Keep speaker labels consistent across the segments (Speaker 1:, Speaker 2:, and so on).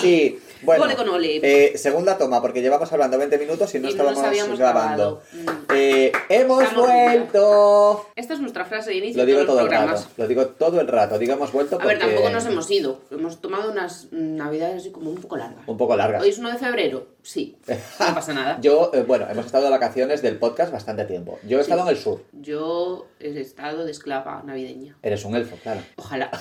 Speaker 1: sí. Bueno,
Speaker 2: Ole con ole.
Speaker 1: eh, segunda toma, porque llevamos hablando 20 minutos y no
Speaker 2: Y no
Speaker 1: estábamos
Speaker 2: nos habíamos
Speaker 1: grabando.
Speaker 2: grabado.
Speaker 1: Eh, ¡Hemos
Speaker 2: Estamos
Speaker 1: vuelto!
Speaker 2: Esta es nuestra frase de inicio
Speaker 1: Lo digo
Speaker 2: de todos
Speaker 1: todo
Speaker 2: los
Speaker 1: el rato.
Speaker 2: programas.
Speaker 1: Lo digo todo el rato. Digo hemos vuelto
Speaker 2: A
Speaker 1: porque...
Speaker 2: ver, tampoco nos hemos ido. Hemos tomado unas mm, navidades así como un poco largas.
Speaker 1: Un poco larga.
Speaker 2: Hoy es 1 de febrero. Sí. No pasa nada.
Speaker 1: Yo, eh, bueno, hemos estado de vacaciones del podcast bastante tiempo. Yo he
Speaker 2: Sí.
Speaker 1: estado en el sur.
Speaker 2: Yo he estado de esclava navideña.
Speaker 1: Eres un elfo, claro.
Speaker 2: Ojalá.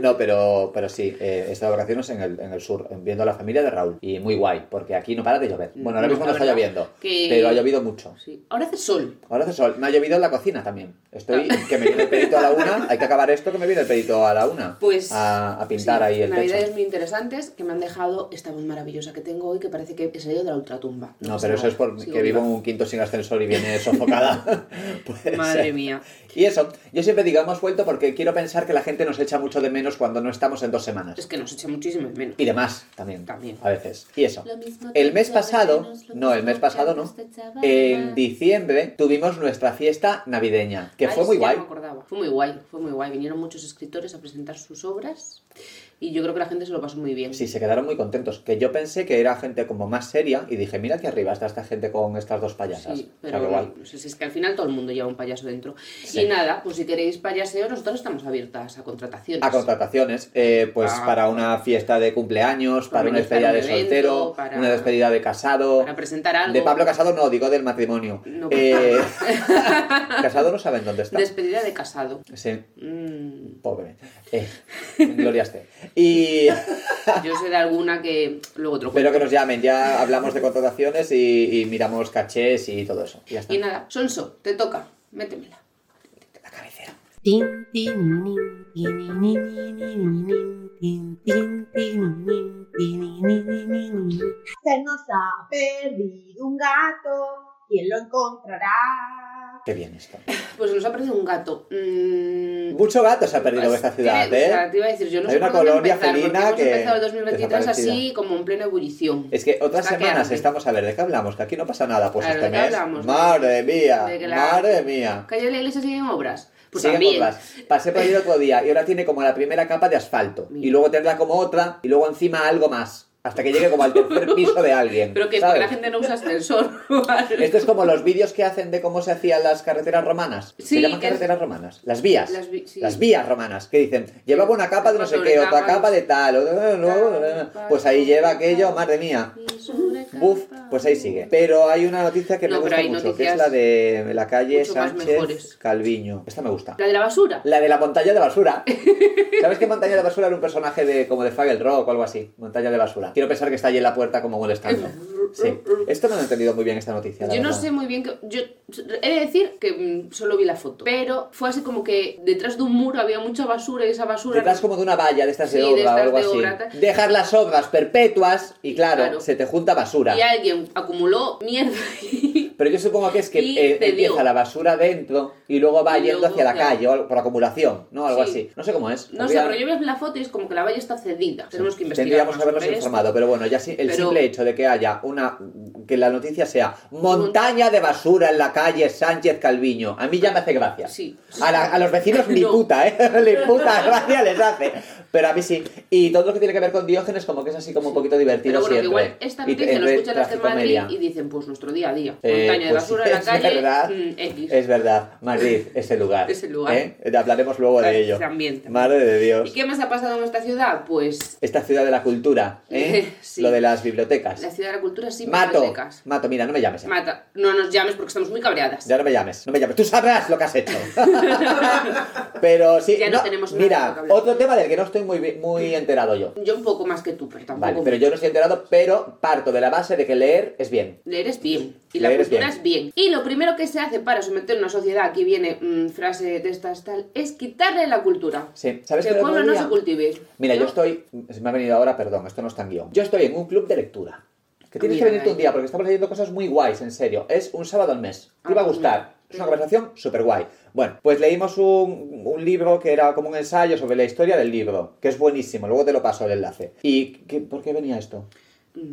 Speaker 1: No, pero, pero sí, eh, he estado de vacaciones en el, en el sur, viendo a la familia de Raúl. Y muy guay, porque aquí no para de llover. Bueno, ahora
Speaker 2: No,
Speaker 1: mismo no
Speaker 2: la
Speaker 1: está
Speaker 2: verdad
Speaker 1: lloviendo,
Speaker 2: que-
Speaker 1: pero ha llovido mucho.
Speaker 2: Sí. Ahora hace sol.
Speaker 1: Ahora hace sol. Me ha llovido en la cocina también. Estoy que me viene el pedito a la una. Hay que acabar esto que me viene el pedito a la una.
Speaker 2: Pues,
Speaker 1: A, a pintar
Speaker 2: Sí,
Speaker 1: ahí el
Speaker 2: navidades
Speaker 1: techo.
Speaker 2: muy interesantes que me han dejado esta voz maravillosa que tengo hoy que parece que he salido de la ultratumba.
Speaker 1: No,
Speaker 2: pasa
Speaker 1: pero eso
Speaker 2: nada.
Speaker 1: es porque
Speaker 2: Sigo
Speaker 1: que vivo
Speaker 2: viva.
Speaker 1: en un quinto sin ascensor y viene sofocada. Puede
Speaker 2: Madre
Speaker 1: ser.
Speaker 2: mía.
Speaker 1: Y eso, yo siempre digo, hemos vuelto porque quiero pensar que la gente nos echa mucho de menos cuando no estamos en dos semanas.
Speaker 2: Es que nos echa muchísimo de menos.
Speaker 1: Y de más también.
Speaker 2: También.
Speaker 1: A veces. Y eso.
Speaker 3: Lo mismo
Speaker 1: El mes
Speaker 3: te
Speaker 1: pasado,
Speaker 3: echabas de menos, lo
Speaker 1: no, el
Speaker 3: mismo
Speaker 1: mes pasado no.
Speaker 3: te echabas
Speaker 1: En
Speaker 3: más.
Speaker 1: diciembre tuvimos nuestra fiesta navideña, que
Speaker 2: Ay,
Speaker 1: fue
Speaker 2: sí,
Speaker 1: muy
Speaker 2: ya
Speaker 1: guay.
Speaker 2: no me acordaba. Fue muy guay, fue muy guay. Vinieron muchos escritores a presentar sus obras y yo creo que la gente se lo pasó muy bien.
Speaker 1: Sí, se quedaron muy contentos. Que yo pensé que era gente como más seria y dije, mira que arriba está esta gente con estas dos payasas.
Speaker 2: Sí,
Speaker 1: O sea, qué
Speaker 2: pero
Speaker 1: guay.
Speaker 2: no sé si es que al final todo el mundo lleva un payaso dentro.
Speaker 1: Sí.
Speaker 2: Y nada, pues si queréis payaseo, nosotros estamos abiertas a contrataciones.
Speaker 1: A contrataciones, eh, pues
Speaker 2: Ah.
Speaker 1: para una fiesta de cumpleaños, para una
Speaker 2: organizar
Speaker 1: despedida
Speaker 2: un
Speaker 1: de
Speaker 2: evento,
Speaker 1: soltero,
Speaker 2: para-
Speaker 1: una despedida de casado.
Speaker 2: Para presentar algo.
Speaker 1: De Pablo Casado no, digo del matrimonio.
Speaker 2: No.
Speaker 1: Eh, casado no saben dónde está.
Speaker 2: Despedida de casado.
Speaker 1: Sí,
Speaker 2: Mm,
Speaker 1: pobre. Eh, Gloria esté. Y
Speaker 2: yo sé de alguna que luego otro
Speaker 1: espero que nos llamen, ya hablamos de contrataciones y, y miramos cachés y todo eso. Y ya está.
Speaker 2: Y nada, Sonso, te toca, métemela.
Speaker 1: La cabecera.
Speaker 4: Tin, tin, nin, tin, nin, nin, nin, nin, tin, tin, tin, nin, tin, nin, nin, nin, nin.
Speaker 5: Se nos ha perdido un gato, ¿quién lo encontrará?
Speaker 1: Qué bien esto.
Speaker 2: Pues nos ha perdido un gato. Mm,
Speaker 1: Mucho gato se ha perdido en esta ciudad,
Speaker 2: tiene- o sea,
Speaker 1: ¿eh?
Speaker 2: te iba a decir, yo no
Speaker 1: Hay
Speaker 2: sé
Speaker 1: una
Speaker 2: por dónde
Speaker 1: colonia
Speaker 2: empezar, porque
Speaker 1: felina
Speaker 2: hemos
Speaker 1: que
Speaker 2: empezado el 2023 así
Speaker 1: desaparecida.
Speaker 2: como en plena ebullición.
Speaker 1: Es que otras
Speaker 2: Está
Speaker 1: semanas
Speaker 2: quedante.
Speaker 1: estamos a ver de qué hablamos, que aquí no pasa nada, pues
Speaker 2: Claro,
Speaker 1: este
Speaker 2: ¿de qué
Speaker 1: mes.
Speaker 2: hablamos?
Speaker 1: Madre mía,
Speaker 2: De que la-
Speaker 1: madre mía.
Speaker 2: ¿Calle de la iglesia sigue en obras? Pues
Speaker 1: Siguen
Speaker 2: también.
Speaker 1: otras. Pasé por ahí el otro día y ahora tiene como la primera capa de asfalto.
Speaker 2: Mira.
Speaker 1: Y luego tendrá como otra y luego encima algo más. Hasta que llegue como al tercer piso de alguien.
Speaker 2: Pero que es porque
Speaker 1: ¿sabes?
Speaker 2: la gente no usa ascensor. ¿vale?
Speaker 1: Esto es como los vídeos que hacen de cómo se hacían las carreteras romanas.
Speaker 2: Sí,
Speaker 1: se llaman
Speaker 2: que es-
Speaker 1: carreteras romanas. Las vías.
Speaker 2: Las vi- sí. Pues
Speaker 1: Las vías romanas. Que dicen, llevaba una capa de no sé
Speaker 2: Sobre
Speaker 1: qué, otra
Speaker 2: capas.
Speaker 1: capa de tal. o- Pues ahí lleva aquello, madre mía.
Speaker 3: Y sobre
Speaker 1: Buf,
Speaker 3: capa.
Speaker 1: pues ahí sigue. Pero hay una noticia que
Speaker 2: No,
Speaker 1: me gusta
Speaker 2: pero hay
Speaker 1: mucho, que
Speaker 2: noticias
Speaker 1: es la de la calle
Speaker 2: mucho más
Speaker 1: Sánchez
Speaker 2: mejores.
Speaker 1: Calviño. Esta me gusta.
Speaker 2: La de la basura.
Speaker 1: La de la montaña de basura. ¿Sabes que montaña de basura era un personaje de como de Fagel Rock o algo así? Montaña de basura. Quiero pensar que está allí en la puerta como molestando. Sí. Esto no lo he entendido muy bien esta noticia. la
Speaker 2: Yo no
Speaker 1: verdad.
Speaker 2: sé muy bien que. Yo he de decir que mm, solo vi la foto. Pero fue así como que detrás de un muro había mucha basura y esa basura.
Speaker 1: Detrás como de una valla de estas de
Speaker 2: Sí, de
Speaker 1: obra
Speaker 2: estas
Speaker 1: o algo
Speaker 2: de
Speaker 1: así.
Speaker 2: obra, tal.
Speaker 1: Dejar las obras perpetuas y claro,
Speaker 2: Claro.
Speaker 1: se te junta basura.
Speaker 2: Y alguien acumuló mierda y.
Speaker 1: Pero yo supongo que es que
Speaker 2: Y
Speaker 1: eh,
Speaker 2: te dio.
Speaker 1: empieza la basura dentro y luego va
Speaker 2: Y
Speaker 1: yendo
Speaker 2: luego,
Speaker 1: hacia la
Speaker 2: claro.
Speaker 1: calle o algo- por acumulación, ¿no? Algo
Speaker 2: Sí.
Speaker 1: así. No sé cómo es.
Speaker 2: No
Speaker 1: Habría-
Speaker 2: sé, pero yo veo la foto y es como que la valla está cedida. Tenemos que investigar.
Speaker 1: Tendríamos que
Speaker 2: más
Speaker 1: habernos
Speaker 2: sobre esto.
Speaker 1: informado, pero bueno, ya si- el
Speaker 2: Pero-
Speaker 1: simple hecho de que haya una. que la noticia sea montaña de basura en la calle Sánchez Calviño, a mí ya me hace gracia.
Speaker 2: Sí.
Speaker 1: A, la- a los vecinos ni
Speaker 2: No.
Speaker 1: puta, ¿eh? Ni puta gracia les hace. Pero a mí sí. Y todo lo que tiene que ver con Diógenes, como que es así como un poquito divertido
Speaker 2: Pero bueno, que
Speaker 1: siempre.
Speaker 2: igual esta
Speaker 1: Y
Speaker 2: noticia lo
Speaker 1: entre
Speaker 2: escuchan las de Madrid
Speaker 1: tragicomedia.
Speaker 2: y dicen, pues nuestro día a día. Montaña
Speaker 1: Eh,
Speaker 2: de
Speaker 1: pues
Speaker 2: basura
Speaker 1: sí,
Speaker 2: en la
Speaker 1: es
Speaker 2: calle.
Speaker 1: verdad.
Speaker 2: mm, X.
Speaker 1: Es verdad, Madrid es el lugar.
Speaker 2: Es el lugar.
Speaker 1: ¿eh? Hablaremos luego de
Speaker 2: Claro,
Speaker 1: ello.
Speaker 2: también, también.
Speaker 1: Madre de Dios.
Speaker 2: ¿Y qué más ha pasado en esta ciudad? Pues
Speaker 1: Esta ciudad de la cultura, ¿eh?
Speaker 2: Sí.
Speaker 1: Lo de las bibliotecas.
Speaker 2: la ciudad de la cultura sí
Speaker 1: Mato,
Speaker 2: bibliotecas.
Speaker 1: Mato, mira, no me llames. ya.
Speaker 2: Mata, no nos llames porque estamos muy cabreadas.
Speaker 1: Ya no me llames, no me llames. Tú sabrás lo que has hecho. Pero sí,
Speaker 2: Ya no tenemos nada de lo
Speaker 1: mira,
Speaker 2: que hablar.
Speaker 1: otro tema del que no estoy muy, bi- muy enterado yo.
Speaker 2: Yo un poco más que tú, pero tampoco.
Speaker 1: Vale, pero yo no estoy enterado, pero parto de la base de que leer es bien.
Speaker 2: Leer es bien. Y la
Speaker 1: Leer es
Speaker 2: cultura es bien. Y lo primero que se hace para someter una sociedad, aquí viene mm, frase de estas tal, es quitarle la cultura.
Speaker 1: Sí, ¿sabes
Speaker 2: que el
Speaker 1: qué lo
Speaker 2: pueblo no
Speaker 1: diría?
Speaker 2: se cultive.
Speaker 1: Mira, yo
Speaker 2: ¿no?
Speaker 1: estoy. Se me ha venido ahora, perdón, esto no está en guión. Yo estoy en un club de lectura. Que tienes que
Speaker 2: Mira,
Speaker 1: venirte un
Speaker 2: ahí.
Speaker 1: día porque estamos leyendo cosas muy guays, en serio. Es un sábado al mes. Te iba a
Speaker 2: Ah,
Speaker 1: gustar. Es una conversación súper guay. Bueno, pues leímos un, un libro que era como un ensayo sobre la historia del libro, que es buenísimo. Luego te lo paso el enlace. ¿Y qué- por qué venía esto?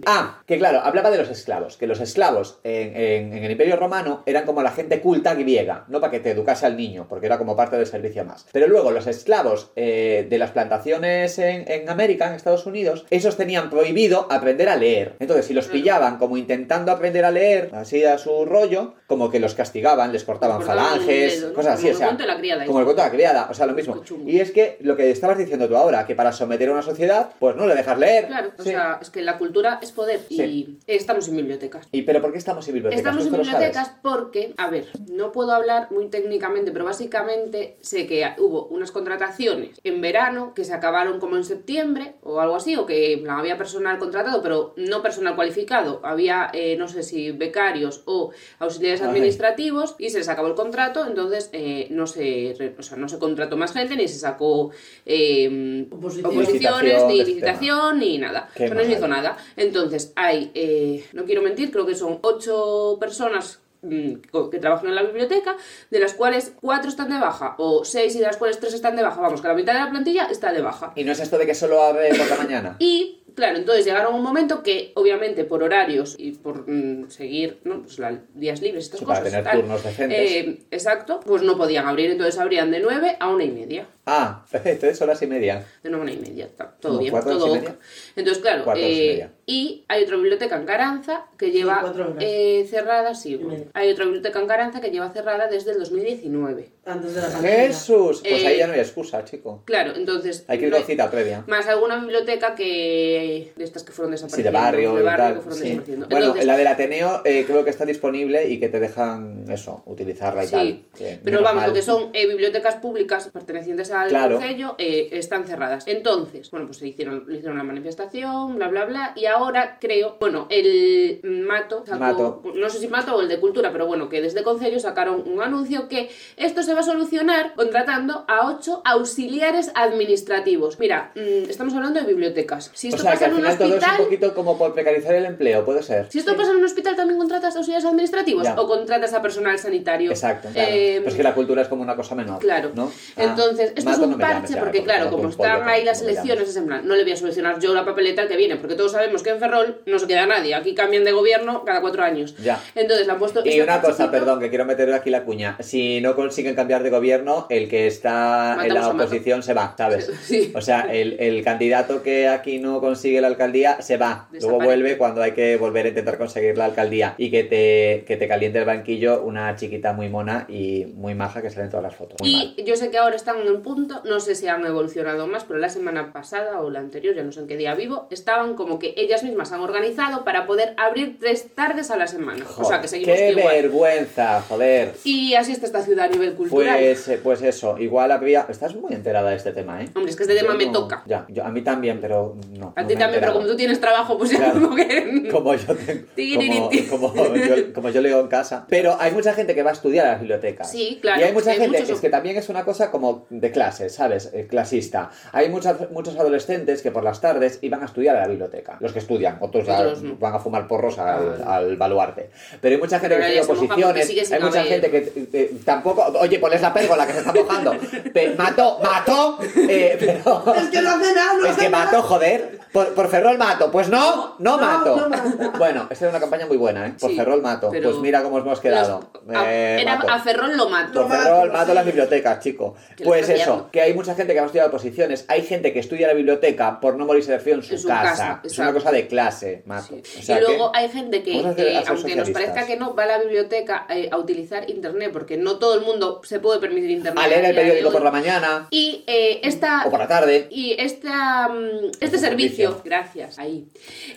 Speaker 1: Ah, que claro, hablaba de los esclavos, que los esclavos en, en- en el Imperio Romano eran como la gente culta griega, no para que te educase al niño, porque era como parte del servicio más. Pero luego los esclavos eh, de las plantaciones en, en América, en Estados Unidos, esos tenían prohibido aprender a leer. Entonces, si los pillaban como intentando aprender a leer, así a su rollo, como que los castigaban, les cortaban
Speaker 2: Cortaban un
Speaker 1: falanges,
Speaker 2: dedo, ¿no?
Speaker 1: cosas así, o
Speaker 2: Como el
Speaker 1: sea,
Speaker 2: cuento de la criada,
Speaker 1: como el cuento de la criada, o sea, lo mismo.
Speaker 2: Qué chungo.
Speaker 1: Y es que lo que estabas diciendo tú ahora, que para someter a una sociedad, pues no le dejas leer.
Speaker 2: Claro, o
Speaker 1: Sí.
Speaker 2: sea, es que la cultura es poder y
Speaker 1: Sí.
Speaker 2: estamos en bibliotecas.
Speaker 1: ¿Y pero por qué estamos en bibliotecas?
Speaker 2: Estamos
Speaker 1: ¿Tú
Speaker 2: en
Speaker 1: esto lo sabes?
Speaker 2: bibliotecas porque, a ver, no puedo hablar muy técnicamente, pero básicamente sé que hubo unas contrataciones en verano que se acabaron como en septiembre o algo así, o que en plan, había personal contratado, pero no personal cualificado. Había, eh, no sé si becarios o auxiliares
Speaker 1: Ajá.
Speaker 2: administrativos y se les acabó el contrato, entonces eh, no, se, re- o sea, no se contrató más gente ni se sacó eh,
Speaker 3: Oposición.
Speaker 2: oposiciones, ni
Speaker 1: Licitación,
Speaker 2: licitación, ni nada.
Speaker 1: Qué
Speaker 2: O sea, no se
Speaker 1: mal.
Speaker 2: hizo nada. Entonces, hay, eh, no quiero mentir, creo que son ocho personas mm, co- que trabajan en la biblioteca, de las cuales cuatro están de baja, o seis y de las cuales tres están de baja. Vamos, que la mitad de la plantilla está de baja.
Speaker 1: Y no es esto de que solo abre por la mañana.
Speaker 2: Y claro, entonces llegaron a un momento que, obviamente, por horarios y por mm, seguir ¿no? pues, la- días libres, estas
Speaker 1: Sí, para
Speaker 2: cosas.
Speaker 1: tener
Speaker 2: tal,
Speaker 1: turnos decentes.
Speaker 2: eh, exacto, pues no podían abrir, entonces abrían de nueve a una y media.
Speaker 1: Ah, entonces son las y media.
Speaker 2: De una y media, está todo
Speaker 1: No,
Speaker 2: bien,
Speaker 1: cuatro
Speaker 2: todo
Speaker 1: horas y
Speaker 2: ok.
Speaker 1: media.
Speaker 2: Entonces, claro,
Speaker 1: Cuatro horas y
Speaker 2: eh,
Speaker 1: media.
Speaker 2: y hay otra biblioteca en Caranza que lleva
Speaker 3: cuatro horas.
Speaker 2: eh, cerrada, sí,
Speaker 3: Y
Speaker 2: bueno.
Speaker 3: media.
Speaker 2: hay otra biblioteca en Caranza que lleva cerrada desde el 2019.
Speaker 3: Antes de la pandemia.
Speaker 1: Jesús, pues ahí
Speaker 2: Eh,
Speaker 1: ya no hay excusa, chico.
Speaker 2: Claro, entonces...
Speaker 1: Hay que ir
Speaker 2: no
Speaker 1: con cita previa.
Speaker 2: Más alguna biblioteca que... De estas que fueron
Speaker 1: Sí,
Speaker 2: desapareciendo.
Speaker 1: de barrio
Speaker 2: de
Speaker 1: y
Speaker 2: barrio
Speaker 1: tal.
Speaker 2: que fueron
Speaker 1: sí.
Speaker 2: desapareciendo.
Speaker 1: Bueno,
Speaker 2: Entonces,
Speaker 1: la del Ateneo eh, creo que está disponible y que te dejan eso, utilizarla y
Speaker 2: Sí,
Speaker 1: tal. que
Speaker 2: pero
Speaker 1: menos
Speaker 2: vamos,
Speaker 1: mal.
Speaker 2: lo que son eh, bibliotecas públicas pertenecientes al
Speaker 1: Claro.
Speaker 2: concello eh, están cerradas. Entonces, bueno, pues se hicieron, le hicieron la manifestación, bla, bla, bla, y ahora creo, bueno, el Mato, sacó-
Speaker 1: Mato.
Speaker 2: no sé si Mato o el de Cultura, pero bueno, que desde concello sacaron un anuncio que esto se va a solucionar contratando a ocho auxiliares administrativos. Mira, mm, estamos hablando de bibliotecas. Si
Speaker 1: O
Speaker 2: esto
Speaker 1: sea, que
Speaker 2: pasa
Speaker 1: al
Speaker 2: en un
Speaker 1: final todo es un
Speaker 2: hospital...
Speaker 1: poquito como por precarizar el empleo, puede ser.
Speaker 2: Si esto pasa en un hospital, ¿también contratas auxiliares administrativos?
Speaker 1: Ya.
Speaker 2: ¿O contratas a personal sanitario?
Speaker 1: Exacto, claro.
Speaker 2: Eh,
Speaker 1: Pues que la cultura es como una cosa menor.
Speaker 2: Claro.
Speaker 1: ¿no? Ah,
Speaker 2: Entonces, esto
Speaker 1: Mato
Speaker 2: es
Speaker 1: no
Speaker 2: un
Speaker 1: me llames
Speaker 2: parche,
Speaker 1: ya,
Speaker 2: porque claro,
Speaker 1: tengo
Speaker 2: como
Speaker 1: un pollo,
Speaker 2: están ahí
Speaker 1: no
Speaker 2: las
Speaker 1: me llames.
Speaker 2: elecciones, es en plan, no le voy a solucionar yo la papeleta al que viene, porque todos sabemos que en Ferrol no se queda nadie, aquí cambian de gobierno cada cuatro años.
Speaker 1: Ya.
Speaker 2: Entonces, la han puesto...
Speaker 1: Y
Speaker 2: este
Speaker 1: una cosa,
Speaker 2: parchecito.
Speaker 1: perdón, que quiero meter aquí la cuña. Si no consiguen cambiar de gobierno, el que está en
Speaker 2: Matamos
Speaker 1: la
Speaker 2: a Mato.
Speaker 1: oposición se va, ¿sabes?
Speaker 2: Sí.
Speaker 1: O sea, el, el candidato que aquí no consigue la alcaldía se va. Luego
Speaker 2: Desaparece.
Speaker 1: vuelve cuando hay que volver a intentar conseguir la alcaldía. Y que te, que te caliente el banquillo una chiquita muy mona y muy maja que sale en todas las fotos. Muy mal.
Speaker 2: Y yo sé que ahora están en un punto, no sé si han evolucionado más, pero la semana pasada o la anterior, ya no sé en qué día vivo, estaban como que ellas mismas han organizado para poder abrir tres tardes a la semana. o sea,
Speaker 1: Joder,
Speaker 2: que seguimos
Speaker 1: ¡Qué
Speaker 2: igual.
Speaker 1: vergüenza! Joder.
Speaker 2: Y así está esta ciudad a nivel cultural.
Speaker 1: Pues, eh, pues eso, igual había... Estás muy enterada de este tema, ¿eh?
Speaker 2: Hombre, es que este tema
Speaker 1: Yo
Speaker 2: me
Speaker 1: no-
Speaker 2: toca.
Speaker 1: Ya, yo- a mí también, pero no.
Speaker 2: A
Speaker 1: no
Speaker 2: ti
Speaker 1: me he
Speaker 2: también, pero
Speaker 1: enterado.
Speaker 2: como tú tienes trabajo, pues ya
Speaker 1: Claro.
Speaker 2: como que...
Speaker 1: como yo tengo-
Speaker 2: Tiriritín.
Speaker 1: como, como yo, como yo leo en casa. Pero hay mucha gente que va a estudiar a las bibliotecas.
Speaker 2: Sí, claro,
Speaker 1: Y hay mucha
Speaker 2: hay
Speaker 1: gente,
Speaker 2: muchos-
Speaker 1: es que también es una cosa como de clase, ¿sabes? Eh, Clasista. Hay muchas, muchos adolescentes que por las tardes iban a estudiar a la biblioteca. Los que estudian, otros, a-
Speaker 2: Otros no. Ah,
Speaker 1: van a fumar porros al, al baluarte. Pero hay mucha gente
Speaker 2: Pero
Speaker 1: que estudia
Speaker 2: ahora ya se moja porque sigue
Speaker 1: oposiciones,
Speaker 2: sin
Speaker 1: hay mucha
Speaker 2: haber.
Speaker 1: gente que eh, eh, tampoco... Oye, ponles la pérgola que se está mojando. Pe- mató, mató, eh, pero...
Speaker 3: Es que no hace nada, no
Speaker 1: Es
Speaker 3: hace
Speaker 1: que
Speaker 3: nada.
Speaker 1: mato, joder. Por, por Ferrol mato. Pues no, no,
Speaker 3: No,
Speaker 1: mato.
Speaker 3: no mato.
Speaker 1: Bueno, esta es una campaña muy buena, ¿eh? Por
Speaker 2: Sí,
Speaker 1: Ferrol mato.
Speaker 2: pero-
Speaker 1: Pues mira cómo hemos quedado.
Speaker 2: Los- a-
Speaker 1: Eh,
Speaker 2: era
Speaker 1: mato.
Speaker 2: a Ferrol lo mato.
Speaker 1: Por
Speaker 3: Lo mato,
Speaker 1: Ferrol mato
Speaker 3: sí.
Speaker 1: las bibliotecas, chico.
Speaker 2: Que lo
Speaker 1: Pues
Speaker 2: está
Speaker 1: eso,
Speaker 2: liando.
Speaker 1: que hay mucha gente que va a estudiar oposiciones. Hay gente que estudia la biblioteca por no morirse de frío en su,
Speaker 2: En su
Speaker 1: casa.
Speaker 2: casa,
Speaker 1: es una
Speaker 2: exacto.
Speaker 1: cosa de clase, mato.
Speaker 2: Sí.
Speaker 1: O sea
Speaker 2: y luego
Speaker 1: que-
Speaker 2: hay gente que,
Speaker 1: vamos a hacer-
Speaker 2: eh,
Speaker 1: a ser
Speaker 2: aunque nos
Speaker 1: socialistas.
Speaker 2: parezca que no, va a la biblioteca eh, a utilizar internet, porque no todo el mundo se puede permitir internet.
Speaker 1: A Ah, leer
Speaker 2: a
Speaker 1: el
Speaker 2: día de
Speaker 1: periódico
Speaker 2: hoy.
Speaker 1: por la mañana
Speaker 2: Y eh, esta.
Speaker 1: o por la tarde.
Speaker 2: Y esta, mm, este
Speaker 1: Este
Speaker 2: servicio,
Speaker 1: servicio.
Speaker 2: gracias, ahí.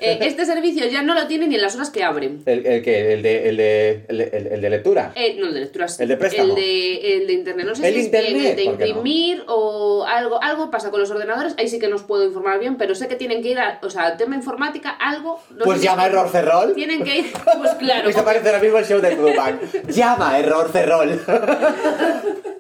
Speaker 2: Eh, este servicio ya no lo tienen ni en las horas que abren.
Speaker 1: El, el que, el de, el de, el de- el- el de lectura.
Speaker 2: Eh, no, el de lectura sí.
Speaker 1: El de préstamo.
Speaker 2: El de, el de internet. No sé
Speaker 1: El
Speaker 2: si es bien,
Speaker 1: internet,
Speaker 2: el de
Speaker 1: ¿por qué no?
Speaker 2: imprimir o algo. Algo pasa con los ordenadores. Ahí sí que no os puedo informar bien, pero sé que tienen que ir a. O sea, tema informática, algo. no
Speaker 1: pues
Speaker 2: sé si-
Speaker 1: llama a Error Ferrol.
Speaker 2: Tienen que ir. Pues claro.
Speaker 1: Me hizo
Speaker 2: porque-
Speaker 1: parecer ahora mismo el show de Clubbank. Llama, error, cerrol.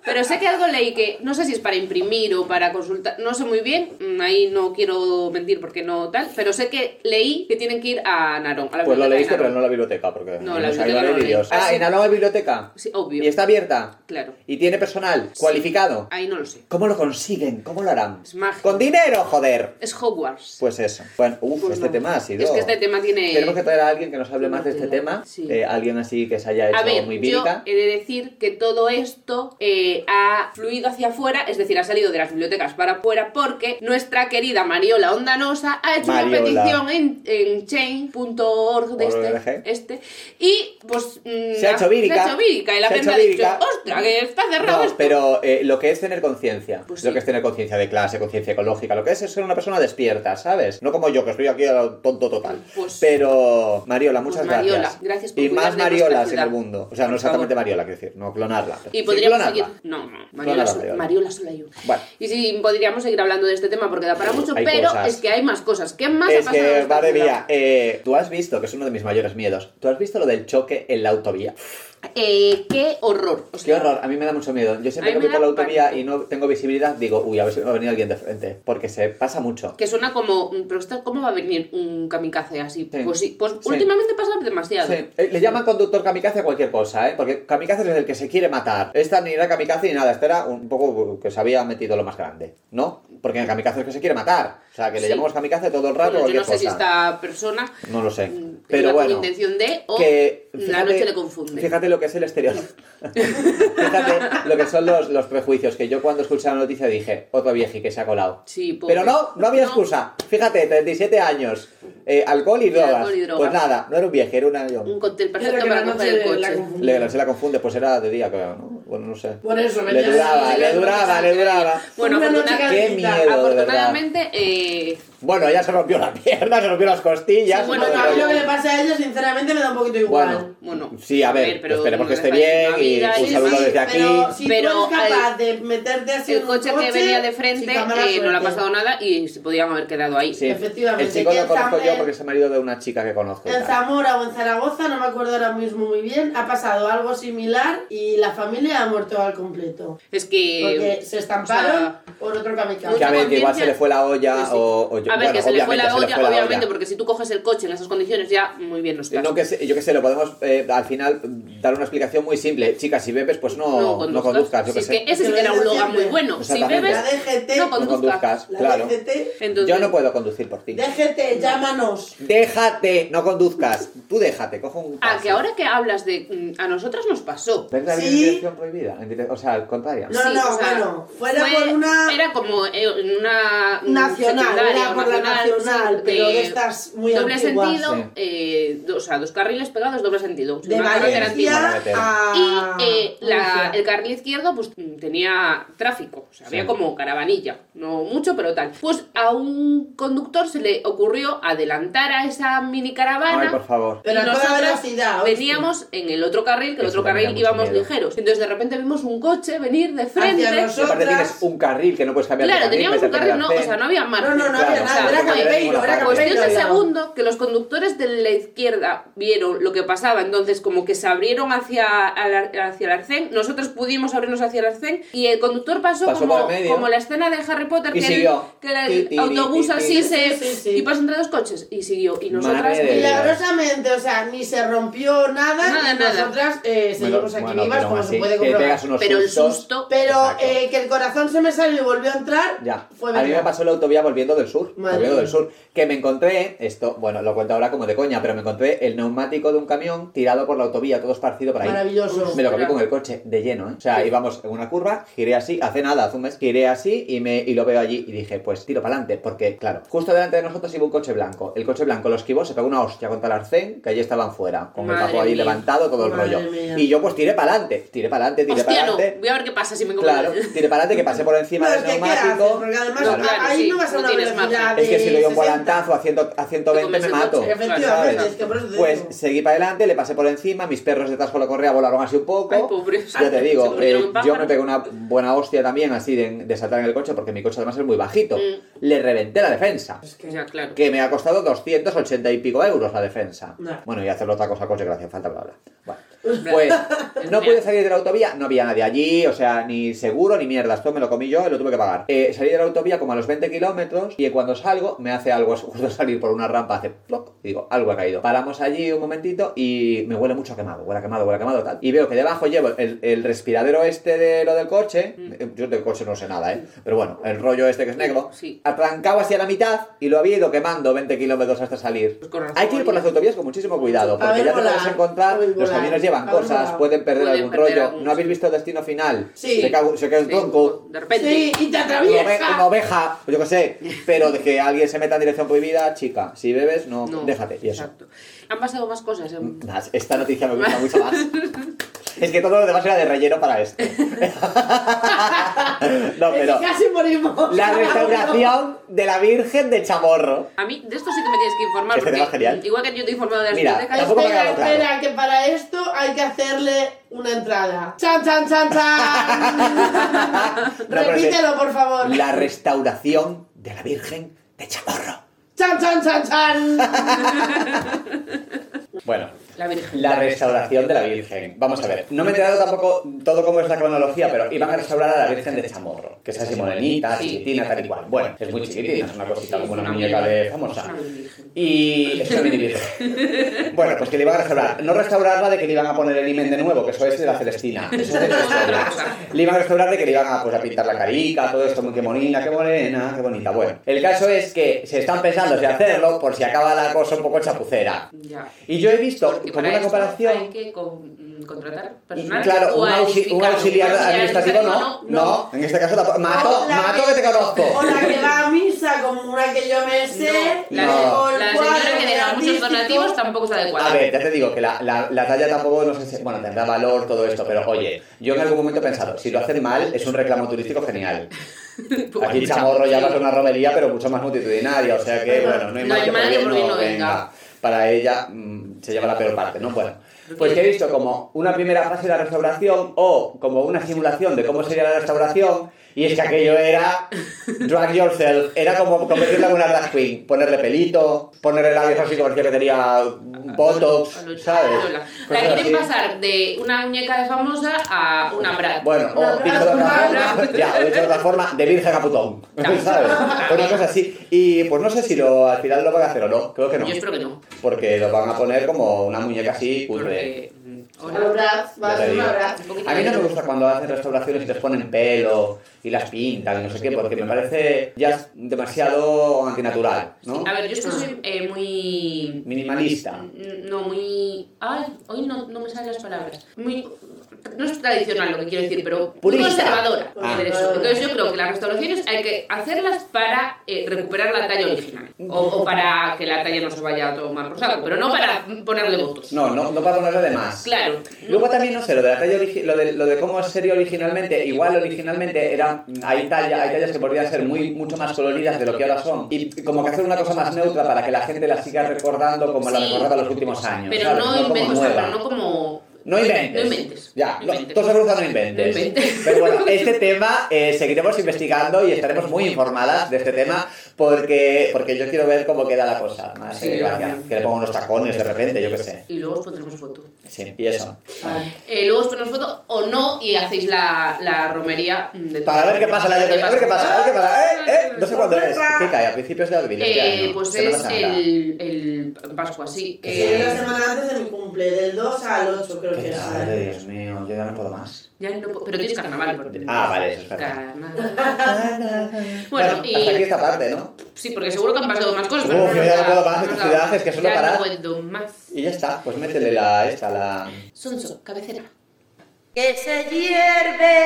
Speaker 2: Pero sé que algo leí que, no sé si es para imprimir o para consultar, no sé muy bien, mm, ahí no quiero mentir porque no tal, pero sé que leí que tienen que ir a Narón. A la
Speaker 1: Pues lo
Speaker 2: biblioteca de
Speaker 1: leíste, pero
Speaker 2: Narón.
Speaker 1: no la biblioteca, porque
Speaker 2: No, la
Speaker 1: sé,
Speaker 2: biblioteca
Speaker 1: lo
Speaker 2: no
Speaker 1: leí
Speaker 2: leí.
Speaker 1: Dios.
Speaker 2: Ah,
Speaker 1: Ah,
Speaker 2: sí.
Speaker 1: en Alaba hay biblioteca.
Speaker 2: Sí, obvio.
Speaker 1: Y está abierta.
Speaker 2: Claro.
Speaker 1: Y tiene personal cualificado.
Speaker 2: Ahí no lo sé.
Speaker 1: ¿Cómo lo consiguen? ¿Cómo lo harán?
Speaker 2: Es magia.
Speaker 1: ¡Con dinero, joder!
Speaker 2: Es Hogwarts.
Speaker 1: Pues eso. Bueno, uff,
Speaker 2: Pues
Speaker 1: este
Speaker 2: no.
Speaker 1: tema ha sido.
Speaker 2: Es que este tema tiene...
Speaker 1: Tenemos que traer a alguien que nos hable
Speaker 2: Una
Speaker 1: más de este
Speaker 2: tela.
Speaker 1: tema.
Speaker 2: Sí.
Speaker 1: Eh, alguien así que se haya hecho
Speaker 2: A ver,
Speaker 1: muy
Speaker 2: yo
Speaker 1: vírica.
Speaker 2: he de decir que todo esto eh, ha fluido hacia afuera, es decir, ha salido de las bibliotecas para afuera, porque nuestra querida Mariola Ondanosa ha hecho
Speaker 1: Mariola.
Speaker 2: una petición en, en chain.org de
Speaker 1: Org.
Speaker 2: este, este, y pues mm,
Speaker 1: Se ha hecho vírica.
Speaker 2: Se ha hecho vírica, y la
Speaker 1: Se ha
Speaker 2: gente ha
Speaker 1: hecho
Speaker 2: dicho,
Speaker 1: vírica.
Speaker 2: ostra, que está cerrado
Speaker 1: No,
Speaker 2: esto".
Speaker 1: pero eh, lo que es tener conciencia,
Speaker 2: Pues
Speaker 1: lo
Speaker 2: sí.
Speaker 1: que es tener conciencia de clase, conciencia ecológica, lo que es, es ser una persona despierta, ¿sabes? No como yo, que estoy aquí a lo tonto total.
Speaker 2: Pues-
Speaker 1: Pero, Mariola,
Speaker 2: Pues,
Speaker 1: muchas
Speaker 2: Mariola,
Speaker 1: gracias.
Speaker 2: gracias por
Speaker 1: Y
Speaker 2: cuidar
Speaker 1: más
Speaker 2: de nuestra
Speaker 1: Mariolas en
Speaker 2: ciudad.
Speaker 1: el mundo. O sea,
Speaker 2: Por
Speaker 1: no exactamente
Speaker 2: favor.
Speaker 1: Mariola, quiero decir, no clonarla.
Speaker 2: Y
Speaker 1: Sí,
Speaker 2: podríamos
Speaker 1: clonarla.
Speaker 2: seguir... No, no, Mariola,
Speaker 1: Clonarla,
Speaker 2: so-
Speaker 1: Mariola.
Speaker 2: Mariola solo hay una.
Speaker 1: Bueno.
Speaker 2: Y sí, podríamos seguir hablando de este tema porque da para mucho,
Speaker 1: Hay
Speaker 2: pero
Speaker 1: cosas.
Speaker 2: es que hay más cosas. ¿Qué más ha
Speaker 1: Es
Speaker 2: pasado? en
Speaker 1: que,
Speaker 2: esta
Speaker 1: madre
Speaker 2: ciudad?
Speaker 1: mía, eh, tú has visto, que es uno de mis mayores miedos, tú has visto lo del choque en la autovía.
Speaker 2: Eh, qué horror. O
Speaker 1: Qué
Speaker 2: sea,
Speaker 1: horror, a mí me da mucho miedo. Yo siempre
Speaker 2: A
Speaker 1: que
Speaker 2: mí
Speaker 1: voy
Speaker 2: me
Speaker 1: por la
Speaker 2: da
Speaker 1: autovía
Speaker 2: pánico.
Speaker 1: y no tengo visibilidad, digo, uy, a ver si me va a venir alguien de frente. Porque se pasa mucho.
Speaker 2: Que suena como, "Mm, pero esto, ¿cómo va a venir un kamikaze así?
Speaker 1: Sí.
Speaker 2: Pues sí, pues
Speaker 1: Sí.
Speaker 2: últimamente pasa demasiado.
Speaker 1: Sí, eh, Le llaman conductor kamikaze a cualquier cosa, ¿eh? Porque kamikaze es el que se quiere matar. Esta ni era kamikaze ni nada, esta era un poco que se había metido lo más grande, ¿no? Porque el kamikaze es que se quiere matar. O sea, que le
Speaker 2: Sí.
Speaker 1: llamamos kamikaze todo el rato
Speaker 2: Bueno, yo
Speaker 1: cualquier
Speaker 2: no sé si
Speaker 1: cosa.
Speaker 2: esta persona
Speaker 1: No lo sé.
Speaker 2: mm,
Speaker 1: Pero
Speaker 2: iba
Speaker 1: bueno.
Speaker 2: con intención de o
Speaker 1: que
Speaker 2: la noche le confunde.
Speaker 1: Fíjate lo que es el estereotipo. fíjate lo que son los, los prejuicios. Que yo cuando escuché la noticia dije, otro vieji que se ha colado.
Speaker 2: Sí, pobre.
Speaker 1: Pero no, no había excusa. Fíjate, 37 años, eh, alcohol, y
Speaker 2: Y
Speaker 1: drogas.
Speaker 2: alcohol y drogas.
Speaker 1: Pues nada, no era un vieje, era un
Speaker 2: Un
Speaker 1: avión.
Speaker 2: cóctel
Speaker 3: Era
Speaker 2: perfecto
Speaker 3: que
Speaker 2: para
Speaker 3: la
Speaker 2: coger el
Speaker 3: noche la
Speaker 2: coche.
Speaker 3: confundí.
Speaker 1: Le, se la confunde, pues era de día, creo, ¿no? Bueno, no sé.
Speaker 3: Por eso,
Speaker 1: Le
Speaker 3: venía-
Speaker 1: duraba, le duraba, le duraba.
Speaker 2: Bueno, pues
Speaker 3: Una
Speaker 2: afortuna-
Speaker 3: noche
Speaker 1: Qué
Speaker 3: calentita.
Speaker 1: miedo. de verdad.
Speaker 2: afortunadamente, eh,
Speaker 1: Bueno, ya se rompió la pierna, se rompió las costillas.
Speaker 2: Sí,
Speaker 3: Bueno,
Speaker 1: madre
Speaker 3: no, a mí lo que
Speaker 1: mía.
Speaker 3: le pasa a ellos, sinceramente, me da un poquito igual.
Speaker 1: Bueno,
Speaker 2: bueno.
Speaker 1: Sí, a ver,
Speaker 2: pero
Speaker 1: esperemos que
Speaker 2: no
Speaker 1: esté
Speaker 2: deja de ser
Speaker 1: bien y
Speaker 2: una vida
Speaker 1: un saludo
Speaker 2: demás.
Speaker 1: desde aquí.
Speaker 3: Pero si
Speaker 2: Pero
Speaker 3: tú eres capaz
Speaker 2: al-
Speaker 3: de meterte así en
Speaker 2: El
Speaker 3: un
Speaker 2: coche que venía de
Speaker 3: sí,
Speaker 2: frente
Speaker 3: con mala
Speaker 2: eh, no le ha
Speaker 3: suerte.
Speaker 2: pasado nada y se podían haber quedado ahí.
Speaker 1: Sí,
Speaker 3: Efectivamente,
Speaker 1: El chico
Speaker 3: que
Speaker 1: lo
Speaker 3: en
Speaker 1: conozco yo
Speaker 3: Zambia-
Speaker 1: porque es el marido de una chica que conozco. y
Speaker 3: En
Speaker 1: tal.
Speaker 3: Zamora o en Zaragoza, no me acuerdo ahora mismo muy bien, ha pasado algo similar y la familia ha muerto al completo.
Speaker 2: Es que...
Speaker 3: Porque se estamparon
Speaker 2: o
Speaker 3: por otro
Speaker 1: Que a
Speaker 3: kamikaze.
Speaker 1: ver, que igual
Speaker 2: conciencia-
Speaker 1: se le fue la olla
Speaker 2: Sí, sí.
Speaker 1: o, o yo-
Speaker 2: a ver, que
Speaker 1: bueno,
Speaker 2: se le fue
Speaker 1: obviamente
Speaker 2: la
Speaker 1: se le
Speaker 2: olla,
Speaker 1: fue la
Speaker 2: obviamente,
Speaker 1: olla.
Speaker 2: porque si tú coges el coche en esas condiciones ya muy bien no estás.
Speaker 1: No que sé- yo que sé, lo podemos eh, al final dar una explicación muy simple. Chicas, si bebes, pues no, no conduzcas. yo
Speaker 2: Si
Speaker 1: que
Speaker 2: es
Speaker 1: sé.
Speaker 2: que ese sí que era un logan muy bueno. Si
Speaker 1: Exactamente.
Speaker 3: La
Speaker 2: bebes,
Speaker 3: DGT,
Speaker 2: no
Speaker 1: No
Speaker 2: conduzcas.
Speaker 1: conduzcas,
Speaker 3: la
Speaker 1: claro.
Speaker 3: DGT,
Speaker 2: entonces...
Speaker 1: Yo no puedo conducir por ti.
Speaker 3: DGT, llámanos.
Speaker 1: Déjate, no conduzcas. Tú déjate, cojo un.
Speaker 2: Ah,
Speaker 1: taxi.
Speaker 2: que ahora que hablas de... mm, A nosotras nos pasó.
Speaker 1: ¿Ves la
Speaker 3: Sí.
Speaker 1: dirección prohibida? En dire- O sea, al contrario.
Speaker 3: No, no,
Speaker 2: o sea,
Speaker 3: bueno, fuera por una-
Speaker 2: Era como eh, en una... mm,
Speaker 3: Ah. Nacional,
Speaker 2: secundaria
Speaker 3: era
Speaker 2: o
Speaker 3: por la nacional,
Speaker 2: sí,
Speaker 3: pero
Speaker 2: de
Speaker 3: de estas muy
Speaker 2: Doble
Speaker 3: antiguas.
Speaker 2: sentido,
Speaker 1: Sí.
Speaker 2: eh, do- o sea, dos carriles pegados, doble sentido.
Speaker 3: De
Speaker 2: Una carretera antigua.
Speaker 3: Valencia a...
Speaker 1: Ah,
Speaker 2: Y eh, la-
Speaker 3: Murcia.
Speaker 2: el carril izquierdo pues mm, tenía tráfico, o sea, había
Speaker 1: Sí.
Speaker 2: como caravanilla, no mucho, pero tal. Pues a un conductor se le ocurrió adelantar a esa mini caravana.
Speaker 1: Ay, por favor.
Speaker 3: Pero a toda
Speaker 2: nosotras
Speaker 3: velocidad, hostia.
Speaker 2: veníamos en el otro carril, que el
Speaker 1: Eso
Speaker 2: otro
Speaker 1: me da
Speaker 2: carril
Speaker 1: mucho
Speaker 2: íbamos
Speaker 1: miedo.
Speaker 2: ligeros. Entonces de repente vimos un coche venir de
Speaker 1: Y
Speaker 2: frente.
Speaker 3: Hacia
Speaker 1: aparte
Speaker 3: Otras-
Speaker 1: tienes un carril que no puedes cambiar
Speaker 2: Claro,
Speaker 1: de carril.
Speaker 2: teníamos un
Speaker 1: meterte
Speaker 2: carril,
Speaker 1: en la
Speaker 2: no, o
Speaker 1: acera.
Speaker 2: sea, no había margen.
Speaker 3: No, no, no había
Speaker 1: Claro,
Speaker 3: nada,
Speaker 1: claro,
Speaker 3: era
Speaker 1: porque eres
Speaker 3: campeiro,
Speaker 1: una
Speaker 3: era
Speaker 1: parte.
Speaker 3: campeiro.
Speaker 2: Cuestión de
Speaker 3: ya.
Speaker 2: Pues segundo que los conductores de la izquierda vieron lo que pasaba, entonces como que se abrieron hacia, al ar- hacia el arcén, nosotros pudimos abrirnos hacia el arcén y el conductor pasó,
Speaker 1: Pasó
Speaker 2: como,
Speaker 1: por el medio.
Speaker 2: como la escena de Harry Potter
Speaker 1: Y
Speaker 2: que, el-
Speaker 1: siguió.
Speaker 2: que el,
Speaker 1: Ti, ti,
Speaker 2: autobús
Speaker 1: ti, ti,
Speaker 2: así
Speaker 1: ti.
Speaker 2: se...
Speaker 3: Sí, sí, sí.
Speaker 2: y pasó entre dos coches y siguió y nosotras...
Speaker 1: Madre de-
Speaker 3: Milagrosamente, o sea, ni se rompió nada,
Speaker 2: Nada,
Speaker 3: y
Speaker 2: nada.
Speaker 3: nosotras eh, seguimos aquí
Speaker 1: bueno,
Speaker 3: vivas,
Speaker 1: pero
Speaker 3: como
Speaker 1: aún
Speaker 3: se
Speaker 1: así,
Speaker 3: puede
Speaker 1: que
Speaker 3: comprobar.
Speaker 1: pegas unos
Speaker 2: Pero el
Speaker 1: sustos.
Speaker 2: susto...
Speaker 3: Pero
Speaker 1: Exacto.
Speaker 3: eh, que el corazón se me salió y volvió a entrar,
Speaker 1: Ya.
Speaker 3: fue
Speaker 1: a mí
Speaker 3: verdad.
Speaker 1: me pasó en la autovía volviendo del sur.
Speaker 3: Madre
Speaker 1: volviendo del
Speaker 3: mía.
Speaker 1: sur. Que me encontré, esto, bueno, lo cuento ahora como de coña, pero me encontré el neumático de un camión tirado por la autovía, todo esparcido por ahí.
Speaker 3: Maravilloso.
Speaker 1: Me lo comí
Speaker 2: Claro.
Speaker 1: con el coche, de lleno, ¿eh? O sea, íbamos en una curva, giré así, hace nada, hace un mes, giré así y, me, y lo veo allí y dije, pues tiro para adelante, porque, claro, justo delante de nosotros iba un coche blanco. El coche blanco lo esquivó, se pegó una hostia contra el arcén, que allí estaban fuera, con
Speaker 2: Madre
Speaker 1: el capó ahí
Speaker 2: mía.
Speaker 1: levantado, todo el
Speaker 3: Madre
Speaker 1: rollo.
Speaker 3: mía.
Speaker 1: Y yo pues tiré para adelante, tiré para adelante, tiré para
Speaker 2: Hostia, no,
Speaker 1: adelante.
Speaker 2: voy a ver qué pasa si me como...
Speaker 1: Claro, tiré para adelante que pasé por encima
Speaker 3: No, es
Speaker 1: del
Speaker 3: que, ¿qué haces?
Speaker 1: neumático.
Speaker 3: Porque además
Speaker 1: Claro.
Speaker 3: a- ahí
Speaker 2: Sí,
Speaker 3: no vas a
Speaker 2: no
Speaker 3: una
Speaker 2: tienes
Speaker 3: velocidad
Speaker 2: margen.
Speaker 3: de
Speaker 1: Es que si le doy un
Speaker 3: 60.
Speaker 1: volantazo a, 100 a
Speaker 2: Te
Speaker 1: 120
Speaker 2: comes
Speaker 1: me
Speaker 2: el
Speaker 1: mato.
Speaker 2: coche.
Speaker 3: Efectivamente,
Speaker 1: ¿sabes?
Speaker 3: es que por eso te
Speaker 1: Pues
Speaker 3: digo.
Speaker 1: seguí para adelante, le pasé por encima, mis perros detrás con la correa volaron así un poco.
Speaker 2: Ay, pobres.
Speaker 1: Ya te
Speaker 2: Se
Speaker 1: digo,
Speaker 2: convirtieron
Speaker 1: eh,
Speaker 2: en pájaros.
Speaker 1: yo me pegué una buena hostia también así de, de saltar en el coche porque mi coche además es muy bajito.
Speaker 2: Mm.
Speaker 1: Le reventé la defensa.
Speaker 3: Es que-
Speaker 2: Ya, claro.
Speaker 1: Que me ha costado 280 y pico euros la defensa.
Speaker 3: No.
Speaker 1: Bueno, y hacer otra cosa al coche que le hacía falta, bla, bla. Bueno. Pues no pude salir de la autovía, no había nadie allí, o sea, ni seguro ni mierdas. Todo me lo comí yo y lo tuve que pagar. Eh, salí de la autovía como a los 20 kilómetros y cuando salgo me hace algo, justo salir por una rampa, hace ploc, y digo, algo ha caído. Paramos allí un momentito y me huele mucho a quemado, huele a quemado, huele a quemado, tal. Y veo que debajo llevo el, el respiradero este de lo del coche.
Speaker 2: Mm.
Speaker 1: Eh, Yo del coche no sé nada, ¿eh? Pero bueno, el rollo este que es negro.
Speaker 2: Sí.
Speaker 1: Arrancado hacia la mitad y lo había ido quemando 20 kilómetros hasta salir.
Speaker 2: Pues con razón.
Speaker 1: Hay que ir por las autovías con muchísimo cuidado,
Speaker 3: A
Speaker 1: porque
Speaker 3: ver
Speaker 1: ya te
Speaker 3: volar,
Speaker 1: puedes encontrar,
Speaker 3: a ver
Speaker 1: los
Speaker 3: volar,
Speaker 1: camiones llevan
Speaker 3: a ver
Speaker 1: cosas,
Speaker 3: volar.
Speaker 1: pueden perder
Speaker 2: Pueden
Speaker 1: algún
Speaker 2: perder
Speaker 1: rollo.
Speaker 2: algún-
Speaker 1: ¿No habéis visto Destino Final?
Speaker 3: Sí.
Speaker 1: Se cae, se cae un
Speaker 2: Sí,
Speaker 1: tronco,
Speaker 2: De repente.
Speaker 3: Sí, y te
Speaker 1: una, ove-
Speaker 3: atraviesa.
Speaker 1: una oveja, yo qué sé, pero de que alguien se meta en dirección prohibida, chica, si bebes, no,
Speaker 2: No,
Speaker 1: déjate. Y eso. Mm.
Speaker 2: Exacto. Han pasado más cosas. ¿eh?
Speaker 1: Nah, Esta noticia me gusta mucho más. Es que todo lo demás era de relleno para esto. no,
Speaker 3: Es que
Speaker 1: pero
Speaker 3: casi morimos.
Speaker 1: la restauración de la Virgen de Chamorro.
Speaker 2: A mí, de esto sí que me tienes que informar.
Speaker 1: Este tema
Speaker 2: porque
Speaker 1: es genial.
Speaker 2: Igual que yo te he informado de las
Speaker 1: Mira,
Speaker 2: bibliotecas,
Speaker 1: tampoco me ha
Speaker 3: Espera,
Speaker 1: quedado claro.
Speaker 3: espera, que para esto hay que hacerle una entrada. ¡Chan, chan, chan, chan!
Speaker 1: pero sí.
Speaker 3: Repítelo, por favor.
Speaker 1: La restauración de la Virgen de Chamorro.
Speaker 3: ¡Chan, chan, chan, chan!
Speaker 1: Bueno,
Speaker 2: La Virgen.
Speaker 1: La restauración de la Virgen. Vamos a ver. No me he enterado tampoco todo cómo es la cronología, pero iban a restaurar a la Virgen de Chamorro, que es así morenita,
Speaker 2: Sí.
Speaker 1: chiquitina, tal y cual. Bueno, es muy chiquitina, es una cosita
Speaker 2: Sí,
Speaker 1: como una
Speaker 2: una
Speaker 1: muñeca
Speaker 2: muñeca.
Speaker 1: de famosa.
Speaker 2: Una virgen.
Speaker 1: Y es una mini Virgen. Bueno, pues que le iban a restaurar. No restaurarla de que le iban a poner el imen de nuevo, que eso es de la Celestina. Eso es de la Celestina. Le iban a restaurar de que le iban a, pues, a pintar la carica, todo esto, muy que bonita, qué morena, qué bonita. Bueno, el caso es que se están pensando si hacerlo por si acaba la cosa un poco chapucera.
Speaker 2: Ya.
Speaker 1: Y yo he visto,
Speaker 2: Porque
Speaker 1: como
Speaker 2: para
Speaker 1: una
Speaker 2: esto
Speaker 1: comparación...
Speaker 2: Hay que con- mm, contratar
Speaker 1: Y,
Speaker 2: personal.
Speaker 1: Claro,
Speaker 2: o
Speaker 1: un, auxi- un
Speaker 2: edificar,
Speaker 1: auxiliar
Speaker 2: un
Speaker 1: administrativo no, no, en este caso tampoco. Mato,
Speaker 3: Hola,
Speaker 1: mato que te
Speaker 3: O
Speaker 1: conozco.
Speaker 3: la que va a misa, como una que yo me sé.
Speaker 2: La,
Speaker 1: No.
Speaker 3: o el
Speaker 2: la
Speaker 3: cuadro
Speaker 2: señora que da muchos
Speaker 3: artístico.
Speaker 2: donativos tampoco es adecuada.
Speaker 1: A ver, ya te digo que la, la- la talla tampoco, no sé si- bueno, tendrá valor todo esto, pero oye, yo en algún momento he pensado, si lo hacen mal, es un reclamo turístico genial.
Speaker 2: Pues
Speaker 1: Aquí Chamorro ya va a ser una romería, pero mucho más multitudinaria, o sea que, bueno, no hay
Speaker 2: No
Speaker 1: mal
Speaker 2: hay
Speaker 1: que por
Speaker 2: mal
Speaker 1: bien
Speaker 2: que por bien
Speaker 1: no
Speaker 2: no venga.
Speaker 1: venga. Para ella mm, se lleva la peor parte, ¿no? Bueno, pues que he visto como una primera fase de la restauración o como una simulación de cómo sería la restauración y es que aquello era drag yourself, era como convertirla en una drag queen, ponerle pelito, ponerle labios así como el que tenía botox,
Speaker 2: A lo-
Speaker 1: ¿sabes?
Speaker 2: a lo- La
Speaker 1: Cosas
Speaker 2: quieren
Speaker 1: así.
Speaker 2: pasar de una muñeca de famosa a una brat.
Speaker 1: Bueno, o
Speaker 3: Una
Speaker 1: dicho de otra
Speaker 3: drag
Speaker 1: forma, ya, o dicho de otra forma, de virgen a putón, ¿sabes? Una cosa así. Y pues no sé si lo, al final lo van a hacer o no, creo que no.
Speaker 2: Yo espero que no.
Speaker 1: Porque lo van a poner como una muñeca así, curve.
Speaker 2: Porque. mm,
Speaker 3: A
Speaker 2: hola.
Speaker 3: los brazos, va a
Speaker 1: Ya te
Speaker 3: ser un
Speaker 1: digo.
Speaker 3: abrazo.
Speaker 2: Un poquito
Speaker 1: Pues eh, A mí no
Speaker 2: de-
Speaker 1: me gusta cuando hacen restauraciones y les ponen pelo y las pintan y no sé qué, porque me parece ya demasiado antinatural, ¿no?
Speaker 2: A ver, yo es que soy eh, muy.
Speaker 1: Minimalista.
Speaker 2: N- No, muy. Ay, hoy no, no me salen las palabras. Muy. No es tradicional lo que quiero decir, pero muy
Speaker 1: Purista.
Speaker 2: conservadora.
Speaker 1: Ah.
Speaker 2: de eso. Entonces yo creo que las restauraciones hay que hacerlas para eh, recuperar la talla original. O, o para que la talla no se vaya a tomar por saco, pero no para ponerle votos.
Speaker 1: No, no, no para ponerle de más.
Speaker 2: Claro.
Speaker 1: Luego también, no sé, lo de la talla origi- lo de, lo de cómo sería originalmente, igual originalmente era, hay, talla, hay tallas que podrían ser muy, mucho más coloridas de lo que ahora son. Y como que hacer una cosa más neutra para que la gente la siga recordando como la
Speaker 2: Sí.
Speaker 1: recordaba los últimos años.
Speaker 2: Pero
Speaker 1: ¿sabes?
Speaker 2: no,
Speaker 1: como
Speaker 2: inventes, o sea,
Speaker 1: nueva.
Speaker 2: pero no como.
Speaker 1: No inventes.
Speaker 2: No inventes.
Speaker 1: Ya,
Speaker 2: No
Speaker 1: no,
Speaker 2: inventes.
Speaker 1: todos seguro que no inventes.
Speaker 2: No inventes.
Speaker 1: Pero bueno, este tema eh, seguiremos investigando y estaremos muy informadas de este tema porque, porque yo quiero ver cómo queda la cosa. Más
Speaker 2: Sí.
Speaker 1: eh, gracia. que le pongo unos tacones de repente, yo qué sé.
Speaker 2: Y luego os pondremos foto.
Speaker 1: Sí, y eso.
Speaker 3: Ay.
Speaker 2: Eh, luego os ponemos foto o no y hacéis la, la romería. mm, de-
Speaker 1: Para ver qué pasa la llave, a ver qué pasa, a ver qué pasa. Eh, eh, no sé cuándo es. ¿Qué cae? A principios de abril. ¿qué
Speaker 2: Eh,
Speaker 1: año?
Speaker 2: pues
Speaker 1: Semana
Speaker 2: es
Speaker 1: Santa.
Speaker 2: el, el Pascua, sí.
Speaker 1: Que
Speaker 3: Sí, es la
Speaker 2: Eh,
Speaker 3: semana antes de mi cumple, del 2 al 8 creo que
Speaker 1: Qué
Speaker 3: es.
Speaker 1: tarde, Dios mío, yo ya no puedo más.
Speaker 2: ya no po- pero tienes carnaval. porque-
Speaker 1: Ah, vale, eso es verdad.
Speaker 2: Carnaval. Bueno, y-
Speaker 1: hasta aquí esta parte, ¿no?
Speaker 2: Sí, porque seguro que han pasado más cosas.
Speaker 1: Uf, yo ya no puedo más,
Speaker 2: no,
Speaker 1: ciudad, es que solo
Speaker 2: ya
Speaker 1: parar.
Speaker 2: no puedo más.
Speaker 1: Y ya está, pues métele la esta, la.
Speaker 2: Sonso, cabecera.
Speaker 6: que se hierve,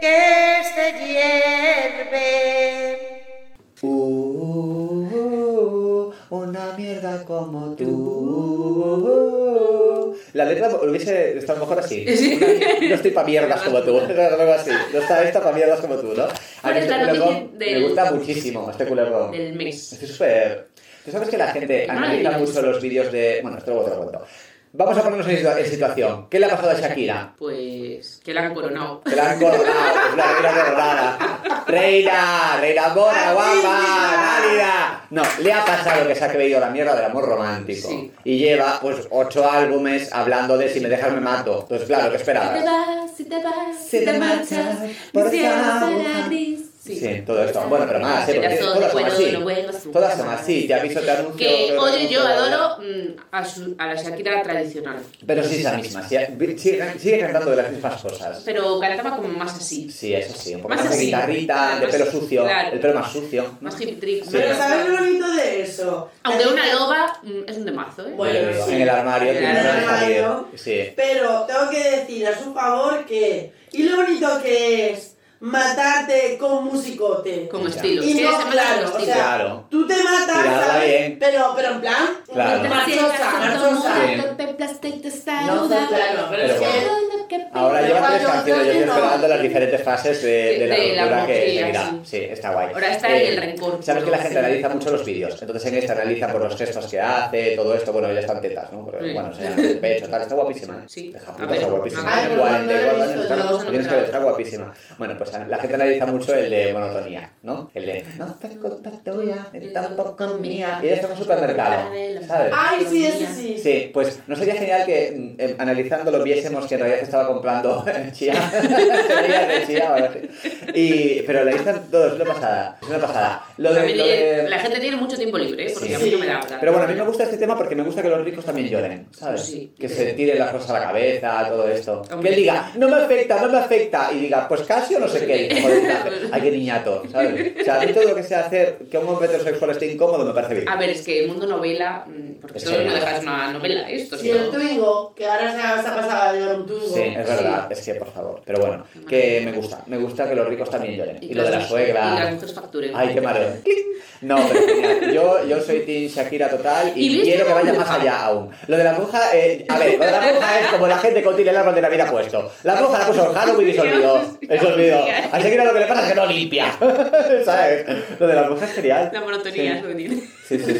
Speaker 6: que se hierve.
Speaker 1: Uh, una mierda como tú. Uh, La letra hubiese estado mejor así. Una- No estoy pa' mierdas como tú. Algo así. No está esta pa' mierdas como tú, ¿no? A mí
Speaker 2: ¿Cuál es
Speaker 1: este
Speaker 2: la noticia
Speaker 1: culebrón
Speaker 2: del-
Speaker 1: me gusta muchísimo. Este culebrón.
Speaker 2: Del mes.
Speaker 1: Es súper. Tú sabes que la gente
Speaker 2: Madre
Speaker 1: analiza
Speaker 2: mía.
Speaker 1: mucho los vídeos de. Bueno, esto luego te lo cuento. Vamos a ponernos en, situa- en situación. ¿Qué le ha pasado a Shakira?
Speaker 2: Pues que la han coronado.
Speaker 1: Que la han coronado, es una reina coronada. Reina, reina mona, guapa, válida. sea, no, le ha pasado que se ha creído la mierda del amor romántico.
Speaker 2: Sí.
Speaker 1: Y lleva, pues, ocho álbumes hablando de si me dejas me mato. Entonces, claro, ¿qué
Speaker 7: Si te
Speaker 1: esperabas?
Speaker 7: vas, si te vas,
Speaker 1: Ah. Si
Speaker 7: si
Speaker 1: te
Speaker 7: te
Speaker 1: marchas,
Speaker 7: marchas,
Speaker 1: por
Speaker 7: mi cielo
Speaker 1: favor.
Speaker 7: será gris.
Speaker 1: Sí, todo esto. Bueno, pero
Speaker 2: Ah,
Speaker 1: más, ¿eh?
Speaker 7: Será
Speaker 1: Porque
Speaker 7: todo
Speaker 1: todas son
Speaker 7: bueno,
Speaker 1: así.
Speaker 7: lo bueno, su
Speaker 1: Todas
Speaker 7: casa.
Speaker 1: son así, ya visto te anuncio.
Speaker 2: Que,
Speaker 1: te
Speaker 2: oye, yo
Speaker 1: anuncio,
Speaker 2: adoro mm, a, su- a la Shakira tradicional.
Speaker 1: Pero sí es la misma, sí, sigue, sigue cantando de las mismas cosas.
Speaker 2: Pero cantaba como más así.
Speaker 1: Sí, eso sí, un poco
Speaker 2: Más
Speaker 1: más, de
Speaker 2: así.
Speaker 1: guitarrita, de
Speaker 2: Más-
Speaker 1: pelo sucio,
Speaker 2: claro.
Speaker 1: el pelo más sucio.
Speaker 2: Más hip trick. más-
Speaker 3: Pero ¿sabes lo bonito de eso?
Speaker 2: Aunque
Speaker 3: La
Speaker 2: una
Speaker 3: gente-
Speaker 2: loba mm, es un temazo, ¿eh?
Speaker 3: Bueno,
Speaker 1: Pero
Speaker 3: sí.
Speaker 1: En el armario,
Speaker 2: En
Speaker 1: tiene
Speaker 2: el
Speaker 1: una de
Speaker 3: armario.
Speaker 1: salir. Sí.
Speaker 3: Pero tengo que decir a su favor que. Y lo bonito que es matarte con musicote.
Speaker 2: Con
Speaker 1: Ya.
Speaker 2: estilo.
Speaker 3: Y
Speaker 2: Sí,
Speaker 3: no,
Speaker 2: se me da
Speaker 3: claro,
Speaker 2: el
Speaker 3: o
Speaker 2: estilo.
Speaker 3: sea,
Speaker 1: Claro.
Speaker 3: Tú te matas,
Speaker 1: Tirarla
Speaker 3: ¿sabes?
Speaker 1: bien.
Speaker 3: Pero, pero en plan.
Speaker 1: Claro.
Speaker 3: Machosa, machosa.
Speaker 1: Sí.
Speaker 3: No, claro, pero es
Speaker 1: Pero
Speaker 3: que.
Speaker 1: Ahora
Speaker 3: Pero
Speaker 1: lleva
Speaker 3: cuando
Speaker 1: tres canciones, yo estoy
Speaker 3: no.
Speaker 1: esperando las diferentes fases de, de la
Speaker 2: De la
Speaker 1: ruptura que
Speaker 2: ruptura,
Speaker 1: seguirá.
Speaker 2: sí.
Speaker 1: Sí, está guay. Eh,
Speaker 2: Ahora está en el rencor.
Speaker 1: Sabes que la gente analiza mucho los vídeos, entonces en esta analiza por los gestos que hace, todo esto, bueno, ya están tetas, ¿no? Pero,
Speaker 2: Sí.
Speaker 1: bueno, o sea, el pecho, tal, está guapísima. ¿eh?
Speaker 2: Sí.
Speaker 1: Deja
Speaker 2: A
Speaker 1: puta,
Speaker 2: ver.
Speaker 1: está guapísima.
Speaker 2: Ay,
Speaker 1: Tiene
Speaker 3: pero cuando
Speaker 1: 44
Speaker 3: lo
Speaker 1: años,
Speaker 3: he visto,
Speaker 1: está-
Speaker 2: luego se me
Speaker 1: tienes que ver,
Speaker 2: olvidaba.
Speaker 1: está guapísima. Bueno, pues la gente analiza mucho el de monotonía, ¿no? El de, no tengo tuya, ni tampoco mía. Y ella está en un supermercado, ¿sabes?
Speaker 3: Ay, sí, ese sí.
Speaker 1: Sí, pues no sería genial que mm, eh, analizándolo viésemos que en realidad se estaba comprando chía. semillas de chía o algo así. Y, pero la listan todos, es una pasada. Es una pasada. Lo de,
Speaker 2: También
Speaker 1: lo de-
Speaker 2: La gente tiene mucho tiempo libre, ¿eh? Porque
Speaker 1: Sí.
Speaker 2: a mí no me da. da-
Speaker 1: Pero bueno, a mí me gusta este tema porque me gusta que los ricos también lloren, ¿sabes?
Speaker 2: Sí.
Speaker 1: Que se tiren las cosas a la cabeza, todo esto.
Speaker 2: Hombre.
Speaker 1: Que él diga, no me afecta, no me afecta. Y diga, pues casi o no sé qué. Y, joder, Ay, qué niñato, ¿sabes? O sea, a mí todo lo que sea hacer que un hombre heterosexual esté incómodo me parece bien.
Speaker 2: A ver, es que el mundo novela, mm, porque
Speaker 1: Es
Speaker 2: solo
Speaker 1: que-
Speaker 2: no dejas una novela ¿eh? esto,
Speaker 3: Si el
Speaker 2: sino...
Speaker 3: Twingo, que ahora se ha se ha pasado a llevar un Twingo.
Speaker 1: Sí, es verdad, es que por favor. Pero bueno, que me gusta, me gusta que los ricos también lloren. Y lo de la
Speaker 2: Y las
Speaker 1: suegra.
Speaker 2: mujeres facturen.
Speaker 1: Ay, qué mareo. No, pero genial. Yo, yo soy Team Shakira total
Speaker 2: ¿Y
Speaker 1: y
Speaker 2: viste
Speaker 1: quiero que
Speaker 2: la
Speaker 1: vaya más
Speaker 2: bruja?
Speaker 1: allá aún. Lo de la bruja, eh, a ver, lo de la bruja es como la gente que tiene el árbol de Navidad puesto. La bruja la puso en Halloween y se olvidó. Y se olvidó. A Shakira lo que le pasa es que no limpia. ¿Sabes? Lo de la bruja es genial.
Speaker 2: La monotonía
Speaker 1: Sí.
Speaker 2: es lo que tiene.
Speaker 1: Sí, sí, sí.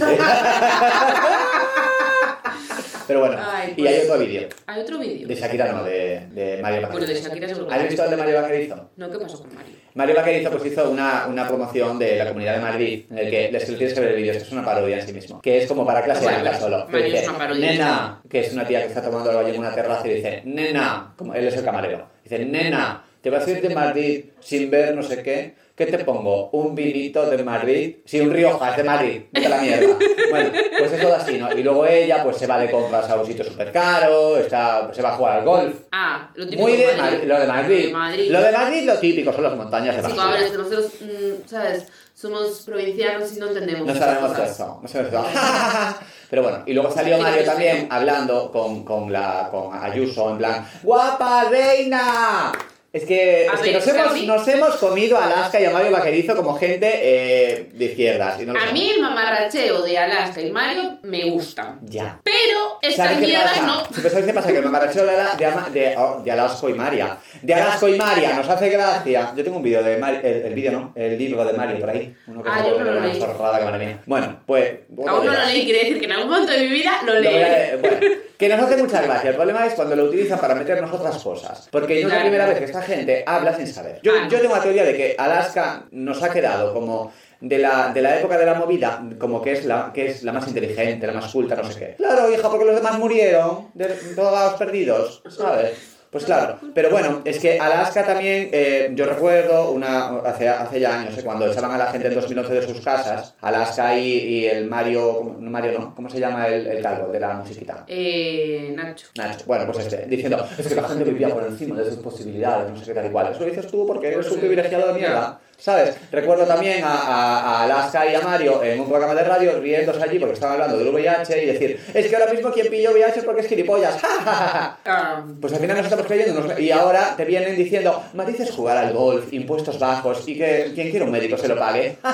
Speaker 1: Pero bueno,
Speaker 2: Ay,
Speaker 1: y hay
Speaker 2: pues-
Speaker 1: otro vídeo.
Speaker 2: Hay otro vídeo.
Speaker 1: De Shakira no, de, de Mario Vaquerizo.
Speaker 2: Bueno, de Shakira seguro.
Speaker 1: ¿Has visto el de Mario Vaquerizo?
Speaker 2: No, ¿qué pasó con Mario?
Speaker 1: Mario Vaquerizo pues hizo una, una promoción de la Comunidad de Madrid en el que les que tienes que ver el vídeo, esto es una parodia en sí mismo, que es como para clase
Speaker 2: Bueno,
Speaker 1: alta solo. que
Speaker 2: Mario es
Speaker 1: dice,
Speaker 2: una parodia.
Speaker 1: Nena, que es una tía que está tomando algo allí en una terraza y dice, nena, como él es el camarero, dice, nena, te vas a ir de Madrid sin ver no sé qué, ¿qué te pongo? ¿Un vinito de Madrid? Sí, un Rioja, de Madrid, vete a la mierda. Bueno, pues es todo así, ¿no? Y luego ella pues se va de compras a un sitio súper caro, está, se va a jugar al golf,
Speaker 2: Ah, lo típico
Speaker 1: muy de
Speaker 2: Madrid.
Speaker 1: Madrid, lo de Madrid.
Speaker 2: Lo de Madrid.
Speaker 1: Lo de Madrid lo típico son las montañas de
Speaker 2: Sí, a ver, es
Speaker 1: Madrid.
Speaker 2: que nosotros, mm, ¿sabes? Somos provincianos y no entendemos
Speaker 1: No
Speaker 2: esas
Speaker 1: sabemos
Speaker 2: cosas.
Speaker 1: eso, no sabemos eso. Pero bueno, y luego salió Mario también hablando con, con, la, con Ayuso en plan, ¡Guapa reina! Es que,
Speaker 2: A
Speaker 1: es que
Speaker 2: ver,
Speaker 1: nos,
Speaker 2: o sea, a
Speaker 1: hemos,
Speaker 2: mí-
Speaker 1: nos hemos comido a Alaska y a Mario Vaquerizo como gente eh, de izquierdas. y no lo
Speaker 2: A
Speaker 1: sabemos.
Speaker 2: mí el mamarracheo de Alaska y Mario me gusta.
Speaker 1: Ya.
Speaker 2: Pero estas
Speaker 1: ¿Sabes qué
Speaker 2: mierdas
Speaker 1: pasa?
Speaker 2: no.
Speaker 1: Pero ¿Sabes qué pasa? Que el mamarracheo de, Ala- de, Ama- de, oh, de Alasco y María. De Alasco y María, nos hace gracia. Yo tengo un vídeo de Mario, el, el vídeo no, el libro de Mario por ahí. Uno que
Speaker 2: Ah,
Speaker 1: se
Speaker 2: yo
Speaker 1: vuelve
Speaker 2: no lo
Speaker 1: una
Speaker 2: leí.
Speaker 1: chorrada que madre mía. Bueno, pues.
Speaker 2: Aún no
Speaker 1: bueno,
Speaker 2: lo leí, quiere decir que en algún momento de mi vida lo
Speaker 1: lo voy a
Speaker 2: leeré.
Speaker 1: leer. Bueno, que nos hace mucha gracia. El problema es cuando lo utilizan para meternos otras cosas. Porque no es la
Speaker 2: Claro.
Speaker 1: primera vez que esta gente habla sin saber. Yo,
Speaker 2: Ah, no.
Speaker 1: yo tengo la teoría de que Alaska nos ha quedado como de la, de la época de la movida, como que es la que es la más inteligente, la más culta, no sé qué. Claro, hija, porque los demás murieron, de, todos perdidos, ¿sabes? Pues claro, pero bueno, es que Alaska también, eh, yo recuerdo una, hace, hace ya años, eh, cuando echaban a la gente en 2011 de sus casas, Alaska y, y el Mario, no Mario no, ¿cómo se llama el, el calvo de la musiquita?
Speaker 2: Eh, Nacho.
Speaker 1: Nacho, bueno, pues este, diciendo, es que la gente vivía por encima de sus posibilidades, no sé qué tal y cual. Eso lo dices tú porque eres un privilegiado de mierda, ¿sabes? Recuerdo también a, a- a Alaska y a Mario en un programa de radio riéndose allí porque estaban hablando del VIH y decir, es que ahora mismo quien pilló VIH es porque es gilipollas, ¡Ja, ja, ja, ja!
Speaker 2: Ah,
Speaker 1: Pues al final nos estamos creyendo unos- y ahora te vienen diciendo, matices jugar al golf, impuestos bajos y que quien quiera un médico se lo pague.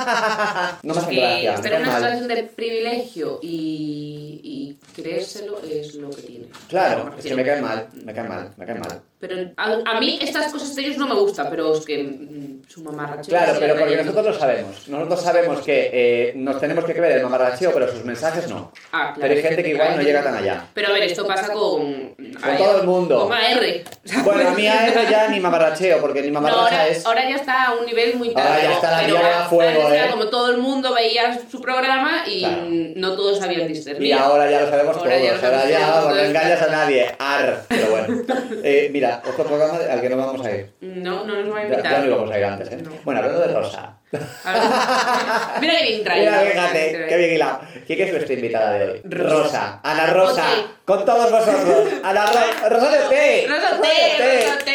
Speaker 1: no me hacen
Speaker 2: que
Speaker 1: gracia,
Speaker 2: estar en
Speaker 1: menos
Speaker 2: una
Speaker 1: mal.
Speaker 2: situación de privilegio y, y creérselo es lo que tiene.
Speaker 1: Claro, es que me cae mal, me cae mal, me cae mal.
Speaker 2: Pero a, a mí estas cosas de ellos no me gustan, pero es que mm, su mamarracheo.
Speaker 1: Claro,
Speaker 2: sí,
Speaker 1: pero porque
Speaker 2: rayando.
Speaker 1: nosotros lo sabemos. Nosotros sabemos que eh, nos tenemos que creer el mamarracheo, pero sus mensajes no.
Speaker 2: Ah,
Speaker 1: Pero
Speaker 2: claro.
Speaker 1: hay gente que igual no llega tan allá.
Speaker 2: Pero a ver, esto pasa con. Con
Speaker 1: todo el mundo.
Speaker 2: Con AR.
Speaker 1: Bueno, a mí a eso ya ni mamarracheo, porque ni
Speaker 2: No,
Speaker 1: mamarracha
Speaker 2: ahora,
Speaker 1: es...
Speaker 2: ahora ya está a un nivel muy
Speaker 1: Ahora ya está la
Speaker 2: pero
Speaker 1: mierda
Speaker 2: antes
Speaker 1: a fuego,
Speaker 2: era
Speaker 1: ¿eh?
Speaker 2: como todo el mundo veía su programa y
Speaker 1: Claro.
Speaker 2: no todos sabían discernir.
Speaker 1: Y ahora ya lo sabemos
Speaker 2: Ahora ya lo
Speaker 1: todos, ahora ya
Speaker 2: sabemos
Speaker 1: vamos, no
Speaker 2: todos.
Speaker 1: engañas a nadie. Ar. Pero bueno. Eh, mira, otro programa al que no vamos a ir.
Speaker 2: No, no nos va a
Speaker 1: Ya,
Speaker 2: invitar.
Speaker 1: ya no íbamos a ir antes, ¿eh?
Speaker 2: No.
Speaker 1: Bueno, hablando de Rosa.
Speaker 2: Ahora- Mira que bien traído.
Speaker 1: Mira, fíjate, qué bien hilado. ¿Quién es nuestra invitada de hoy? Rosa. Ana Rosa.
Speaker 2: Ok.
Speaker 1: Con todos vosotros. Ana Rosa. Rosa de Té.
Speaker 2: Oh, Rosa T, Rosa T.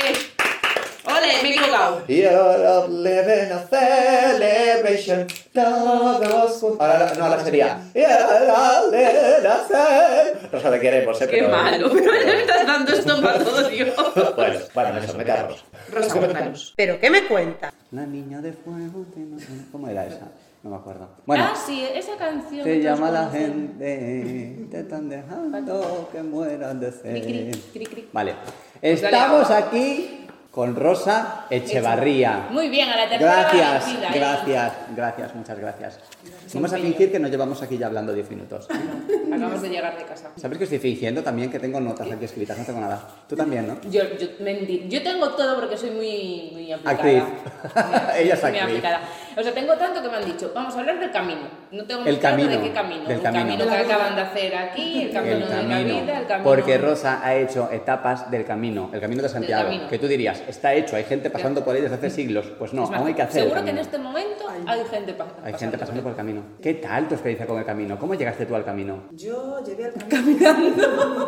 Speaker 2: Ole, me he equivocado.
Speaker 1: You're not living a celebration. Todos juntos. Ahora no, ahora sería. You're not living a celebration. Rosa, te queremos, ¿eh?
Speaker 2: Qué
Speaker 1: pero-
Speaker 2: malo, pero ya me estás dando esto para todo, tío.
Speaker 1: Bueno, bueno, eso, mete a Rosa.
Speaker 2: Rosa, cuéntanos.
Speaker 6: ¿Pero qué me cuenta?
Speaker 7: La niña de fuego, de no- ¿cómo era esa? No me acuerdo. Bueno,
Speaker 2: Ah,
Speaker 8: Ah, sí, esa canción.
Speaker 7: te llama la gente, te están dejando que mueras de sed. Vale,
Speaker 2: Pues
Speaker 7: estamos aquí con Rosa Echevarría.
Speaker 8: Muy bien, a la
Speaker 7: Gracias,
Speaker 8: ¿eh?
Speaker 7: gracias, gracias, muchas gracias. Vamos a fingir que nos llevamos aquí ya hablando 10 minutos.
Speaker 2: Acabamos de llegar de casa.
Speaker 7: ¿Sabes que estoy fingiendo también que tengo notas aquí escritas? No tengo nada. Tú también, ¿no?
Speaker 8: Yo, yo, mentir. yo tengo todo porque soy muy, muy aplicada.
Speaker 7: Actriz.
Speaker 8: Muy-
Speaker 7: Ella es
Speaker 8: muy
Speaker 7: actriz.
Speaker 8: aplicada. O sea, tengo tanto que me han dicho, vamos a hablar del camino. No tengo muy
Speaker 7: El
Speaker 8: claro
Speaker 7: camino,
Speaker 8: de qué camino.
Speaker 7: del
Speaker 8: Un
Speaker 7: camino.
Speaker 8: camino que acaban de hacer aquí, el camino,
Speaker 7: el
Speaker 8: de la
Speaker 7: camino.
Speaker 8: vida, el camino.
Speaker 7: Porque Rosa ha hecho etapas del camino, el camino de Santiago.
Speaker 8: camino.
Speaker 7: Que tú dirías, está hecho, hay gente pasando por él desde hace siglos. Pues no,
Speaker 8: Es más,
Speaker 7: aún hay que hacer. el
Speaker 8: Seguro que en
Speaker 7: camino.
Speaker 8: este momento hay gente pa- pasando.
Speaker 7: Hay gente pasando por
Speaker 8: por
Speaker 7: el camino. ¿Qué tal tu experiencia con el camino? ¿Cómo llegaste tú al camino?
Speaker 9: Yo llegué al camino.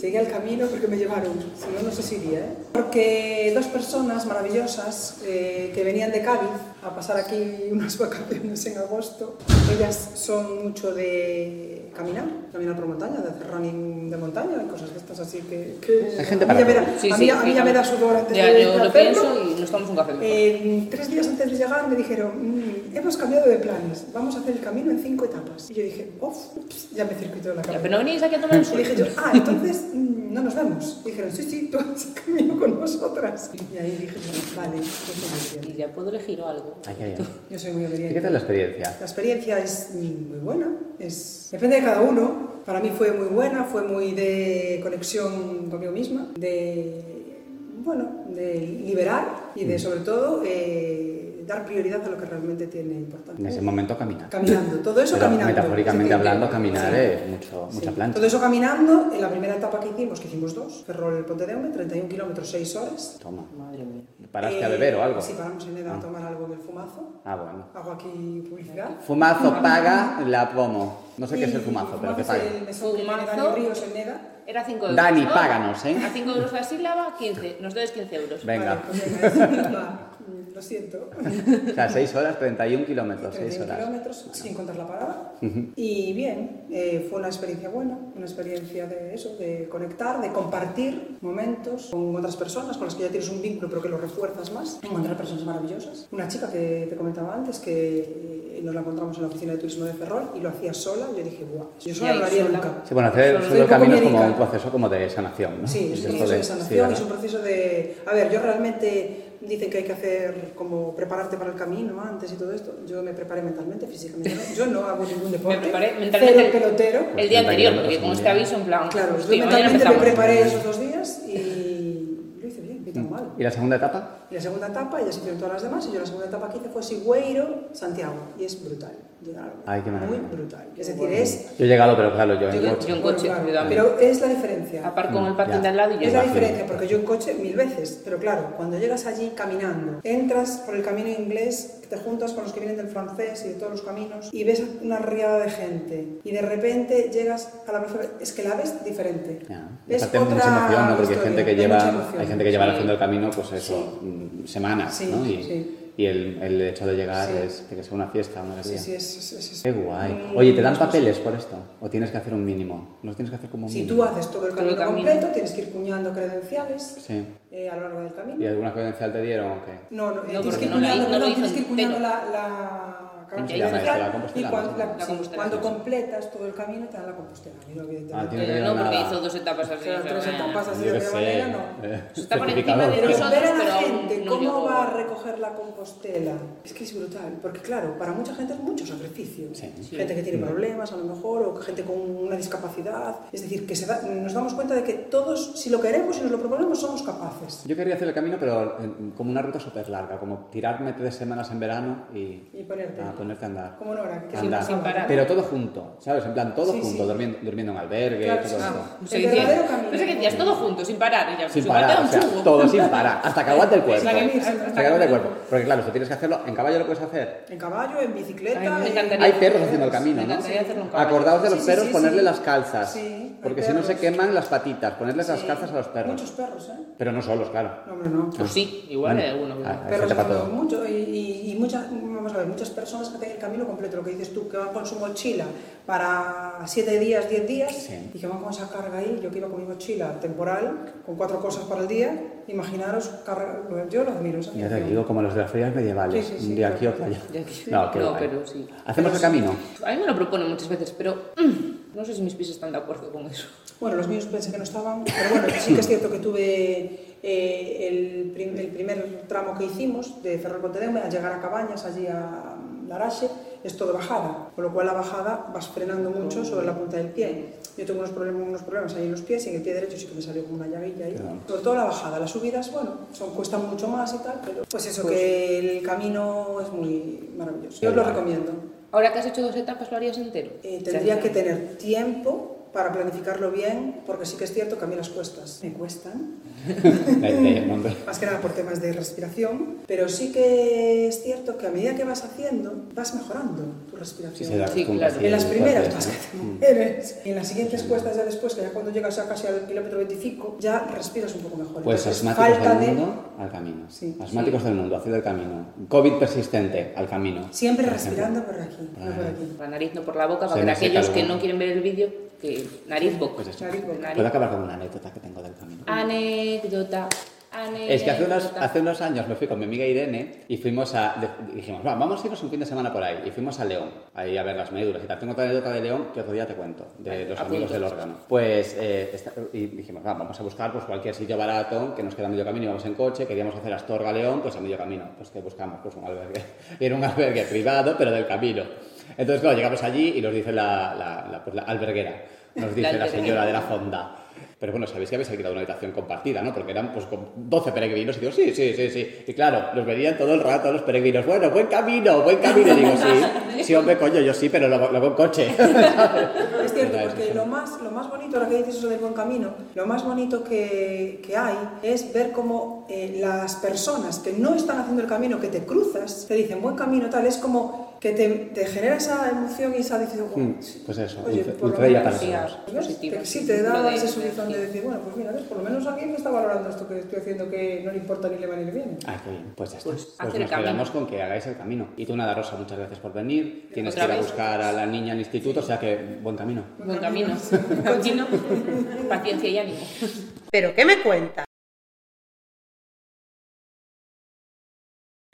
Speaker 9: llegué al camino porque me llevaron, si no, no sé si iría, ¿eh? Porque dos personas maravillosas eh, que venían de Cádiz a pasar aquí unas vacaciones en agosto, ellas son mucho de caminar, caminar por montaña, de hacer running de montaña, y cosas de estas así que... que-
Speaker 7: Hay gente
Speaker 9: a mí ya me
Speaker 7: para
Speaker 9: da,
Speaker 8: Sí,
Speaker 9: a
Speaker 8: sí,
Speaker 9: mí, a mí ya me da sudor antes
Speaker 8: Ya,
Speaker 9: de-
Speaker 8: yo
Speaker 9: de
Speaker 8: lo
Speaker 9: hacerlo.
Speaker 8: pienso y nos tomamos un café. mejor.
Speaker 9: Eh, tres días antes de llegar me dijeron, "Mm, hemos cambiado de planes, vamos a hacer el camino en cinco etapas. Y yo dije, uff, ups, ya me circuito de la
Speaker 8: Ya,
Speaker 9: cabeza.
Speaker 8: pero no venís aquí a tomar el
Speaker 9: Y
Speaker 8: sol.
Speaker 9: dije yo, ah, entonces mm, no nos vemos. Y dijeron, sí, sí, tú has camino con nosotras. Y ahí dije, yo, vale, yo soy
Speaker 8: Y
Speaker 9: obediente.
Speaker 8: ya puedo elegir o algo.
Speaker 7: Ay, ay, ay.
Speaker 9: Yo soy muy
Speaker 7: ¿Y ¿Qué tal
Speaker 9: obediente.
Speaker 7: la experiencia?
Speaker 9: La experiencia es mm, muy buena, es... depende de cada uno. Para mí fue muy buena, fue muy de conexión conmigo misma, de, bueno, de liberar y
Speaker 7: Mm.
Speaker 9: de, sobre todo, eh, dar prioridad a lo que realmente tiene
Speaker 7: En ese
Speaker 9: importancia.
Speaker 7: momento caminar.
Speaker 9: Caminando, todo eso
Speaker 7: Pero
Speaker 9: caminando.
Speaker 7: metafóricamente
Speaker 9: Sí,
Speaker 7: hablando, caminar
Speaker 9: sí.
Speaker 7: es mucho, mucha
Speaker 9: Sí.
Speaker 7: planta.
Speaker 9: Todo eso caminando, en la primera etapa que hicimos, que hicimos dos, Ferrol el Ponte de Hombre, 31 kilómetros, 6 horas.
Speaker 7: Toma.
Speaker 8: Madre mía.
Speaker 7: ¿Paraste
Speaker 9: Eh,
Speaker 7: a beber o algo?
Speaker 9: Sí, paramos en Eda
Speaker 7: Ah.
Speaker 9: a tomar algo del fumazo.
Speaker 7: Ah, bueno.
Speaker 9: Hago aquí publicidad.
Speaker 7: Fumazo paga la promo. No sé qué es el
Speaker 9: Y
Speaker 7: fumazo, pero que
Speaker 9: fumazo es
Speaker 7: paga.
Speaker 9: el mesón que tiene
Speaker 8: Fumazo.
Speaker 9: Dani Ríos en Eda.
Speaker 8: Era 5 euros.
Speaker 7: Dani,
Speaker 8: ¿no?
Speaker 7: páganos, ¿eh?
Speaker 8: A 5 euros la sílaba, 15. Nos debes 15 euros.
Speaker 7: Venga.
Speaker 9: Vale, pues venga, eso, va. Mm, Lo siento.
Speaker 7: O sea, 6 horas, 31 kilómetros, 6
Speaker 9: 31
Speaker 7: horas.
Speaker 9: kilómetros sin contar la parada. Y bien, eh, fue una experiencia buena, una experiencia de eso, de conectar, de compartir momentos con otras personas con las que ya tienes un vínculo pero que lo refuerzas más. Encontrar personas maravillosas. Una chica que te comentaba antes que eh, nos la encontramos en la oficina de turismo de Ferrol y lo hacía sola y le dije, guau, yo sola
Speaker 8: ahí
Speaker 9: no lo haría
Speaker 8: sola.
Speaker 9: nunca.
Speaker 7: Sí, bueno, hacer
Speaker 9: Soy
Speaker 7: solo
Speaker 9: un poco
Speaker 7: caminos como
Speaker 9: médica.
Speaker 7: un proceso como de sanación, ¿no?
Speaker 9: Sí, es
Speaker 7: Esto
Speaker 9: un proceso
Speaker 7: de-
Speaker 9: de
Speaker 7: sí,
Speaker 9: sanación,
Speaker 7: ¿verdad?
Speaker 9: es un proceso de... A ver, yo realmente dicen que hay que hacer como prepararte para el camino antes y todo esto. Yo me preparé mentalmente, físicamente. ¿no? Yo no hago ningún deporte.
Speaker 8: preparé mentalmente.
Speaker 9: Cero pelotero.
Speaker 8: El día
Speaker 7: 30
Speaker 8: anterior,
Speaker 7: kilómetros
Speaker 8: porque con
Speaker 7: un
Speaker 8: este
Speaker 7: día.
Speaker 8: aviso, en plan.
Speaker 9: Claro, yo
Speaker 8: hostia, mañana
Speaker 9: mentalmente me
Speaker 8: empezamos.
Speaker 9: preparé esos dos días y lo hice bien, ni tan mal.
Speaker 7: ¿Y la segunda etapa?
Speaker 9: Y la segunda etapa, ya se hicieron todas las demás, y yo la segunda etapa que hice fue Sigüeiro, Santiago. Y es brutal. llegar a-
Speaker 7: Ay, qué maravilla.
Speaker 9: Muy brutal. Es decir, es...
Speaker 7: Yo he llegado, pero claro, yo en
Speaker 8: Yo-
Speaker 7: coche.
Speaker 8: yo en coche,
Speaker 9: Bueno, claro,
Speaker 8: yo también.
Speaker 9: pero es la diferencia.
Speaker 8: Aparco en el
Speaker 7: Ya.
Speaker 8: patín de al lado y yo.
Speaker 9: Es la
Speaker 7: Imagino.
Speaker 9: diferencia, porque yo en coche mil veces, pero claro, cuando llegas allí caminando, entras por el camino inglés, te juntas con los que vienen del francés y de todos los caminos, y ves una riada de gente, y de repente llegas a la plaza, es que la ves diferente.
Speaker 7: Ya.
Speaker 9: Es
Speaker 7: Aparte, mucha
Speaker 9: otra
Speaker 7: emoción, ¿no? Porque hay
Speaker 9: historia,
Speaker 7: gente que
Speaker 9: hay
Speaker 7: lleva,
Speaker 9: mucha emoción.
Speaker 7: hay gente que lleva
Speaker 8: Sí.
Speaker 7: haciendo el camino, pues eso, mm, semanas,
Speaker 9: Sí,
Speaker 7: ¿no? Y,
Speaker 9: sí.
Speaker 7: y el, el hecho de llegar
Speaker 9: Sí.
Speaker 7: es tiene que ser una fiesta, una
Speaker 9: Sí,
Speaker 7: alegría.
Speaker 9: sí, es- es- es- es-
Speaker 7: Qué guay.
Speaker 9: Mm,
Speaker 7: Oye, ¿te dan
Speaker 9: muchas cosas.
Speaker 7: papeles por esto? ¿O tienes que hacer un mínimo? ¿No tienes que hacer como un
Speaker 9: Si
Speaker 7: mínimo?
Speaker 9: tú haces todo el
Speaker 8: Todo
Speaker 9: camino,
Speaker 8: el camino.
Speaker 9: completo, tienes que ir cuñando credenciales
Speaker 7: Sí.
Speaker 9: eh, a lo largo del camino.
Speaker 7: ¿Y alguna credencial te dieron o qué?
Speaker 9: No, no, eh,
Speaker 8: No,
Speaker 9: tienes
Speaker 8: porque
Speaker 9: que ir
Speaker 8: no la-
Speaker 9: cuñando,
Speaker 8: no lo
Speaker 9: no,
Speaker 8: hizo
Speaker 9: tienes que ir cuñando
Speaker 8: entero.
Speaker 9: la, la
Speaker 1: ¿Cómo se
Speaker 8: Ahí
Speaker 1: llama
Speaker 8: es
Speaker 1: esto?
Speaker 8: la-
Speaker 1: La
Speaker 9: Y
Speaker 1: compostela.
Speaker 9: cuando, la-
Speaker 1: ¿no?
Speaker 8: La
Speaker 9: sí,
Speaker 8: compostela,
Speaker 9: cuando
Speaker 8: sí.
Speaker 9: completas todo el camino te dan la compostela. Y no,
Speaker 7: Ah,
Speaker 9: evidentemente.
Speaker 7: tiene que
Speaker 8: Eh,
Speaker 7: ver
Speaker 8: no, porque
Speaker 7: nada.
Speaker 8: hizo dos etapas así. o
Speaker 9: Pero
Speaker 8: sea,
Speaker 9: tres
Speaker 8: bueno.
Speaker 9: etapas así
Speaker 7: Yo
Speaker 9: de
Speaker 7: qué
Speaker 9: otra
Speaker 7: sé.
Speaker 9: manera, no.
Speaker 7: eh,
Speaker 8: Está por encima
Speaker 7: certificador.
Speaker 8: de
Speaker 9: Pero
Speaker 8: nosotros,
Speaker 9: ver a
Speaker 8: pero
Speaker 9: la
Speaker 8: aún
Speaker 9: gente
Speaker 8: no
Speaker 9: cómo
Speaker 8: llegó.
Speaker 9: va a recoger la compostela es que es brutal, porque claro, para mucha gente es mucho sacrificio. Gente que tiene problemas a lo mejor o gente con una discapacidad. Es decir, que se da- nos damos cuenta de que todos, si lo queremos y nos lo proponemos, somos capaces.
Speaker 7: Yo quería hacer el camino, pero eh, como una ruta súper larga, como tirarme tres semanas en verano y,
Speaker 9: Y ponerte.
Speaker 7: a ponerte a andar.
Speaker 9: Como una hora, que
Speaker 7: Andar.
Speaker 8: sin parar.
Speaker 7: Pero todo junto, ¿sabes? En plan, todo
Speaker 9: Sí,
Speaker 7: junto,
Speaker 9: sí.
Speaker 7: Durmiendo, durmiendo en albergue,
Speaker 9: Claro,
Speaker 7: todo
Speaker 9: sí,
Speaker 7: esto.
Speaker 9: sí.
Speaker 8: Se
Speaker 9: El verdadero
Speaker 8: decía,
Speaker 9: camino.
Speaker 8: pensé que decías todo junto, sin parar. Y ya,
Speaker 7: Sin
Speaker 8: su
Speaker 7: parar,
Speaker 8: patada
Speaker 7: o sea,
Speaker 8: un chugo.
Speaker 7: todo sin parar, hasta que aguante el cuerpo.
Speaker 8: Hasta que-
Speaker 7: Hasta
Speaker 8: hasta
Speaker 7: que aguante el cuerpo. Porque claro, eso tienes que hacerlo, en caballo lo puedes hacer.
Speaker 9: En caballo, en bicicleta.
Speaker 8: Ay, me
Speaker 9: en-
Speaker 8: encantaría.
Speaker 7: Hay perros haciendo el camino,
Speaker 8: Me
Speaker 7: ¿no?
Speaker 8: encantaría hacerlo en caballo.
Speaker 7: Acordaos de los
Speaker 9: Sí, sí,
Speaker 7: perros,
Speaker 9: sí,
Speaker 7: ponerle
Speaker 9: sí.
Speaker 7: las calzas.
Speaker 9: Sí, hay
Speaker 7: porque si no se
Speaker 9: perros.
Speaker 7: queman las patitas, ponerles las
Speaker 9: Sí.
Speaker 7: calzas a los
Speaker 9: Muchos
Speaker 7: perros.
Speaker 9: perros, ¿eh?
Speaker 7: Pero no solos, claro.
Speaker 9: No, hombre, no.
Speaker 8: Pues sí, igual
Speaker 7: Bueno,
Speaker 8: hay alguno.
Speaker 7: ah, hay
Speaker 9: Pero
Speaker 7: gente para todo.
Speaker 9: mucho y, y- y muchas, vamos a ver, muchas personas que tienen el camino completo, lo que dices tú, que van con su mochila para 7 días, 10 días
Speaker 7: Sí.
Speaker 9: y que van con esa carga ahí. Yo que iba con mi mochila temporal, con cuatro cosas para el día, imaginaros, carga- yo lo admiro. esa
Speaker 7: Ya te
Speaker 9: gente.
Speaker 7: digo, como los de las ferias medievales,
Speaker 9: Sí, sí, sí,
Speaker 7: de aquí
Speaker 9: claro.
Speaker 7: otra allá.
Speaker 8: De aquí.
Speaker 7: No, qué
Speaker 8: No,
Speaker 7: guay.
Speaker 8: pero sí.
Speaker 7: Hacemos el camino.
Speaker 8: A mí me lo proponen muchas veces, pero mm, no sé si mis pisos están de acuerdo con eso.
Speaker 9: Bueno, los míos pensé que no estaban, pero bueno, sí que es cierto que tuve eh, el, prim- el primer tramo que hicimos de Ferrol Pontedeume a llegar a Cabañas, allí a mm, Larache, es todo bajada, con lo cual la bajada vas frenando mucho sobre la punta del pie. Yo tengo unos problemas, unos problemas ahí en los pies y en el pie derecho sí que me salió como una llaguilla ahí.
Speaker 7: Claro.
Speaker 9: Sobre todo la bajada, las subidas, bueno, son, cuestan mucho más y tal, pero pues eso, que el camino es muy maravilloso. Yo os lo recomiendo.
Speaker 8: Ahora que has hecho dos etapas, ¿lo harías entero?
Speaker 9: Eh, tendría que tener tiempo para planificarlo bien, porque sí que es cierto que a mí las cuestas me cuestan,
Speaker 7: De- de monte.
Speaker 9: más que nada por temas de respiración, pero sí que es cierto que a medida que vas haciendo, vas mejorando tu
Speaker 7: Sí,
Speaker 9: respiración.
Speaker 7: se da
Speaker 8: Sí,
Speaker 7: cuenta,
Speaker 8: claro.
Speaker 7: sí,
Speaker 9: En las
Speaker 7: sí,
Speaker 9: primeras
Speaker 7: sí,
Speaker 9: vas
Speaker 7: sí.
Speaker 9: que te mueres. Y en las siguientes cuestas ya después, que ya cuando llegas ya casi al kilómetro 25, ya respiras un poco mejor.
Speaker 7: Pues
Speaker 9: Entonces,
Speaker 7: asmáticos
Speaker 9: falta
Speaker 7: del
Speaker 9: de-
Speaker 7: mundo al camino.
Speaker 9: Sí.
Speaker 7: Asmáticos del mundo, haciendo el camino. COVID persistente al camino.
Speaker 9: Siempre
Speaker 7: por ejemplo.
Speaker 9: respirando por aquí, no por aquí.
Speaker 8: Por la nariz, no por la boca,
Speaker 7: Se
Speaker 8: para que
Speaker 7: me seca
Speaker 8: aquellos
Speaker 7: la
Speaker 8: que
Speaker 7: boca.
Speaker 8: no quieren ver el vídeo, que nariz, boca.
Speaker 7: Pues eso.
Speaker 9: Nariz, boca.
Speaker 8: Nariz.
Speaker 7: Puedo acabar con una anécdota que tengo del camino.
Speaker 8: Anécdota.
Speaker 7: Es que hace unos,
Speaker 8: anécdota.
Speaker 7: hace unos años me fui con mi amiga Irene y fuimos a. de- Dijimos, "Va, vamos a irnos un fin de semana por ahí. Y fuimos a León, ahí a ver las meduras y tal. Tengo otra anécdota de León que otro día te cuento, de los
Speaker 8: apunto.
Speaker 7: amigos del órgano. Pues eh, esta- y dijimos, "Va, vamos a buscar pues, cualquier sitio barato que nos queda a medio camino. Íbamos en coche, queríamos hacer Astorga León, pues a medio camino. Pues que buscamos, pues un albergue. Era un albergue privado, pero del camino. Entonces, claro, llegamos allí y nos dice la, la- la- pues, la alberguera, nos dice la
Speaker 8: alberguera.
Speaker 7: señora de la fonda. Pero bueno, sabéis que habéis alquilado una habitación compartida, ¿no? Porque eran pues con 12 peregrinos y digo, sí, sí, sí, sí. Y claro, los venían todo el rato los peregrinos, bueno, buen camino, buen camino. Y digo, sí, sí, hombre, coño, yo sí, pero lo, lo hago en coche.
Speaker 9: Es cierto, porque lo más, lo más bonito, ahora que dices eso del buen camino, lo más bonito que, que hay es ver cómo eh, las personas que no están haciendo el camino, que te cruzas, te dicen buen camino, tal, es como que te, te genera esa emoción y esa dices, "Guau,
Speaker 7: Mm, pues eso,
Speaker 9: oye,
Speaker 7: un fe-
Speaker 9: por
Speaker 7: un
Speaker 9: lo
Speaker 7: fe ya
Speaker 9: menos,
Speaker 7: para todos.
Speaker 9: pues ves,
Speaker 8: Positivo,
Speaker 9: te-
Speaker 8: sí.
Speaker 9: sí, te da
Speaker 8: Lo de-
Speaker 9: ese subidón de
Speaker 8: sí.
Speaker 9: decir, bueno, pues mira, ves, por lo menos alguien me está valorando esto que estoy haciendo, que no le importa ni le va ni le viene.
Speaker 7: Ay, qué bien, pues ya está.
Speaker 8: Pues,
Speaker 7: Pues,
Speaker 8: hacer el
Speaker 7: nos
Speaker 8: camino.
Speaker 7: quedamos con que hagáis el camino. Y tú nada, Rosa, muchas gracias por venir. Tienes que
Speaker 8: Otra
Speaker 7: ir a
Speaker 8: vez.
Speaker 7: buscar a la niña al instituto, o sea que buen camino.
Speaker 8: Buen camino. Continuo. Paciencia y ánimo.
Speaker 6: ¿Pero qué me cuenta?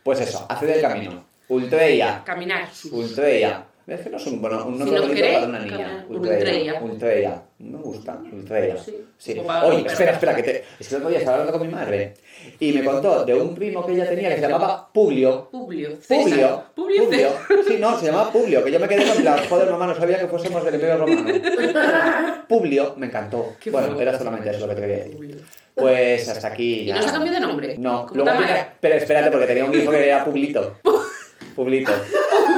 Speaker 1: Pues eso, hacer el camino. Ultreya.
Speaker 8: Caminar.
Speaker 1: Ultreya. Es que no es un, bueno, un nombre
Speaker 2: Si lo
Speaker 1: bonito
Speaker 2: queréis,
Speaker 1: para una niña.
Speaker 2: caminar.
Speaker 1: Ultreya.
Speaker 2: Ultreya.
Speaker 1: Ultreya. No me gusta. Ultreya. Sí.
Speaker 8: O para-
Speaker 1: Oye,
Speaker 8: pero-
Speaker 1: espera, espera, que te... Es que el otro día estaba hablando con mi madre y me contó de un primo que ella tenía que se llamaba Publio.
Speaker 8: Publio.
Speaker 1: Publio.
Speaker 8: César. Publio. César.
Speaker 1: Sí, no, se llamaba Publio, que yo me quedé con la joder, mamá, no sabía que fuésemos del Imperio Romano. Publio me encantó. Bueno, era solamente eso lo que te quería decir. Pues hasta aquí
Speaker 8: ¿Y
Speaker 1: ya.
Speaker 8: no se cambió de nombre?
Speaker 1: No,
Speaker 8: Como
Speaker 1: luego
Speaker 8: Tamara.
Speaker 1: tenía- Pero espérate, porque tenía un hijo que era Publito. Publito.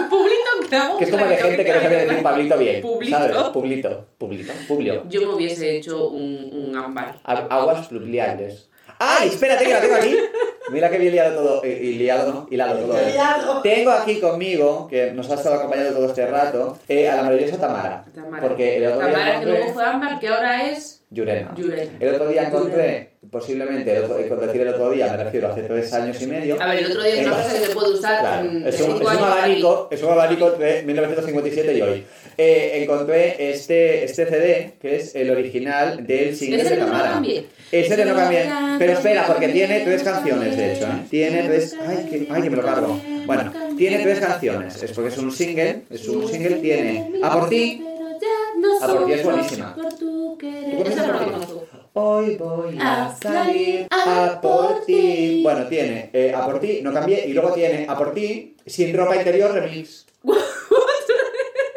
Speaker 8: Publito, claro.
Speaker 1: Que es como de
Speaker 8: claro,
Speaker 1: gente que no sabe
Speaker 8: claro.
Speaker 1: decir Pablito bien.
Speaker 8: Publito.
Speaker 1: ¿sabes? Publito. Publito. Publio.
Speaker 2: Yo me hubiese hecho un, un ámbar.
Speaker 1: A- Aguas pluviales. ¡Ay, espérate que la tengo aquí! Mira que bien liado todo. Y, y liado, ¿no? Hilado todo. eh.
Speaker 3: Liado.
Speaker 1: Tengo aquí conmigo, que nos ha estado acompañando todo este rato, eh, a la maravillosa Tamara.
Speaker 2: Tamara.
Speaker 1: Porque el otro día
Speaker 2: Tamara, que luego
Speaker 1: encontré...
Speaker 2: fue ámbar, que ahora es.
Speaker 1: Yurena.
Speaker 2: Yurena.
Speaker 1: El otro día encontré, posiblemente, el otro, eh, con decir el otro día, me refiero hace tres años y medio,
Speaker 2: A ver, el otro día es una
Speaker 1: Entonces,
Speaker 2: cosa que se puede usar.
Speaker 1: Claro,
Speaker 2: mm,
Speaker 1: es
Speaker 2: de
Speaker 1: un,
Speaker 2: cinco
Speaker 1: es un
Speaker 2: años para
Speaker 1: abanico, es un abanico de 1957 y hoy. Eh, encontré este, este CD, que es el original del single
Speaker 2: Ese
Speaker 1: de
Speaker 2: no lo
Speaker 1: Tamara.
Speaker 2: cambié.
Speaker 1: Ese de no cambié.
Speaker 2: No lo
Speaker 1: Pero espera, porque
Speaker 2: cambié.
Speaker 1: tiene tres canciones, de hecho. ¿eh? Tiene tres... Ay que, ay, que me lo cargo. Bueno, Tiene tres canciones. Es porque es un single. Es un single. Tiene A por ti. A por ti es buenísima.
Speaker 2: Esa no la conozco.
Speaker 1: Hoy voy a salir a por ti. Bueno, tiene eh, a por ti, no cambié, y luego tiene a por ti, sin ropa interior remix.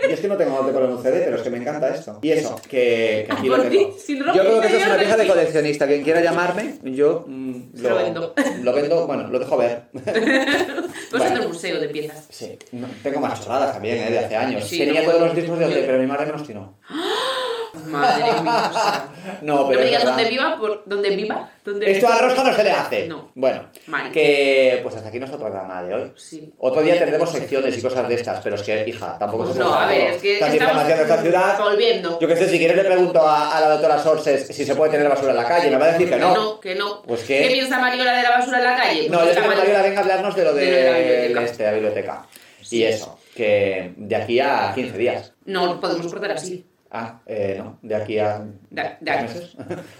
Speaker 1: Yo es que no tengo dónde poner un CD, pero es que me encanta esto. Y eso, que, que aquí
Speaker 2: A
Speaker 1: lo
Speaker 2: por ti,
Speaker 1: tengo.
Speaker 2: sin
Speaker 1: Yo
Speaker 2: ropa
Speaker 1: creo que esto es una
Speaker 2: interior
Speaker 1: pieza de
Speaker 2: remix.
Speaker 1: coleccionista. Quien quiera llamarme, yo mm,
Speaker 2: Se lo vendo.
Speaker 1: lo vendo, bueno, lo dejo ver.
Speaker 2: Pues
Speaker 1: Vale.
Speaker 2: es del museo de piezas.
Speaker 1: Sí, no, tengo más chorradas también, ¿eh? de hace años.
Speaker 2: Sí,
Speaker 1: Tenía
Speaker 2: no
Speaker 1: todos los
Speaker 2: puedo-
Speaker 1: discos de OT, pero mi madre me los tiró.
Speaker 2: Madre mía. o sea.
Speaker 1: No,
Speaker 2: No
Speaker 1: pero
Speaker 2: me
Speaker 1: es
Speaker 2: digas
Speaker 1: verdad.
Speaker 2: dónde viva, por dónde viva, dónde
Speaker 1: Esto a rosca no se le hace.
Speaker 2: No.
Speaker 1: Bueno,
Speaker 2: Mal.
Speaker 1: que pues hasta aquí nuestro programa de hoy.
Speaker 2: Sí.
Speaker 1: Otro día tendremos secciones y cosas de estas, pero es que, hija, tampoco se
Speaker 2: No,
Speaker 1: puede
Speaker 2: a
Speaker 1: hacer
Speaker 2: ver,
Speaker 1: todo.
Speaker 2: es que
Speaker 1: Tanta
Speaker 2: estamos
Speaker 1: información de esta ciudad.
Speaker 2: volviendo.
Speaker 1: Yo qué sé, si quieres le pregunto a, a la doctora Sorses si se puede tener basura en la calle, me va a decir que
Speaker 2: Que
Speaker 1: no.
Speaker 2: no, que no.
Speaker 1: Pues que-
Speaker 2: ¿Qué piensa Mariola de la basura en la calle? Pues
Speaker 1: No, yo
Speaker 2: Está
Speaker 1: espero que
Speaker 2: mal.
Speaker 1: Mariola venga a hablarnos de lo de,
Speaker 2: De la biblioteca.
Speaker 1: este, la biblioteca. Y eso, que de aquí a 15 días.
Speaker 2: No, podemos cortar así.
Speaker 1: Ah, eh, no, de aquí a...
Speaker 2: Da-
Speaker 1: ¿dos
Speaker 2: da-
Speaker 1: meses?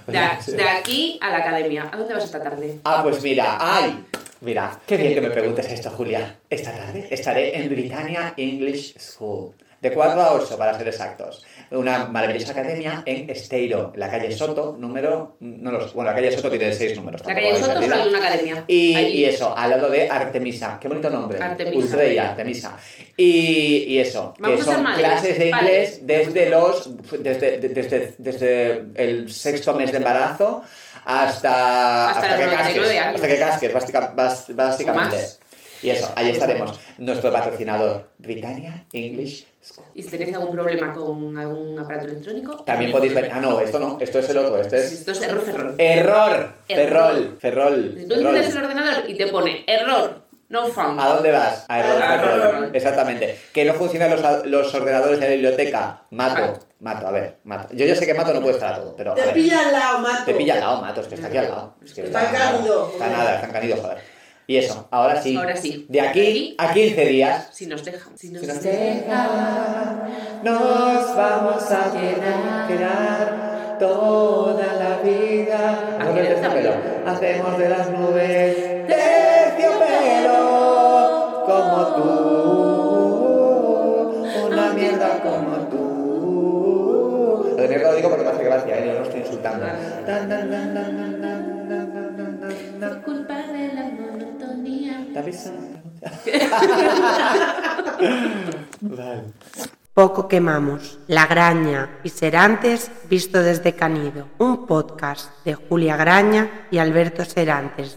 Speaker 2: De, de aquí a la academia. ¿A dónde vas esta tarde?
Speaker 1: Ah, pues mira, ay, mira, qué bien que me preguntes esto, Julia. Esta tarde estaré en Britannia English School, de 4 a 8 para ser exactos. Una maravillosa academia en Esteiro, en la calle Soto, número, no lo sé, bueno, la calle Soto tiene 6 números.
Speaker 2: La
Speaker 1: tampoco
Speaker 2: calle de
Speaker 1: hay
Speaker 2: Soto
Speaker 1: salida.
Speaker 2: solo hay una academia.
Speaker 1: Pues Y,
Speaker 2: Allí.
Speaker 1: y eso, al lado de Artemisa, qué bonito nombre.
Speaker 2: Artemisa.
Speaker 1: Ustrella, Artemisa. Y, y eso,
Speaker 2: Vamos
Speaker 1: que
Speaker 2: a ser
Speaker 1: son
Speaker 2: madres,
Speaker 1: clases de inglés
Speaker 2: padres.
Speaker 1: desde los desde, desde, desde el sexto mes de embarazo hasta,
Speaker 2: Hasta los
Speaker 1: que
Speaker 2: 99
Speaker 1: casques,
Speaker 2: años.
Speaker 1: hasta que casques, básica- bas- básicamente.
Speaker 2: O más.
Speaker 1: Y eso, ahí estaremos. Nuestro patrocinador, Britannia English School.
Speaker 2: ¿Y si tenéis algún problema con algún aparato electrónico?
Speaker 1: También podéis ver. Ah, no, esto no, esto es el otro, este es.
Speaker 2: Esto es error, error.
Speaker 1: Error, Ferrol,
Speaker 2: Error.
Speaker 1: Ferrol.
Speaker 2: Tú
Speaker 1: Ferrol.
Speaker 2: enciendes el ordenador y te pone error, no found.
Speaker 1: ¿A dónde vas? A error,
Speaker 2: A
Speaker 1: error.
Speaker 2: error.
Speaker 1: Exactamente. Que Ah, no funcionan los, los ordenadores de la biblioteca. Mato. Mato, a ver, mato. Yo ya sé que mato no puede estar a todo, pero. a
Speaker 3: Te
Speaker 1: ver.
Speaker 3: pilla al lado, mato.
Speaker 1: Te pilla al lado, mato, es que está aquí al lado. Es que
Speaker 3: Está cálido,
Speaker 1: Está
Speaker 3: joder.
Speaker 1: nada, está canido, joder. Y eso, ahora sí.
Speaker 2: Ahora sí.
Speaker 1: De aquí a 15 días
Speaker 2: Si nos dejan. Si nos
Speaker 1: Si nos
Speaker 2: dejan.
Speaker 1: nos vamos a quedar, toda la vida.
Speaker 2: Hacemos de terciopelo.
Speaker 1: Hacemos de las nubes terciopelo como tú, una mierda como tú. Ah, Lo de mierda lo digo porque me hace gracia, ¿eh? yo no estoy insultando. Tan, tan, tan, tan, tan, tan, tan, tan, tan, tan, tan.
Speaker 8: Culpa de la monotonía.
Speaker 1: Te avisa. Vale.
Speaker 6: Poco quemamos, La Graña y Serantes visto desde Canido, un podcast de Julia Graña y Alberto Serantes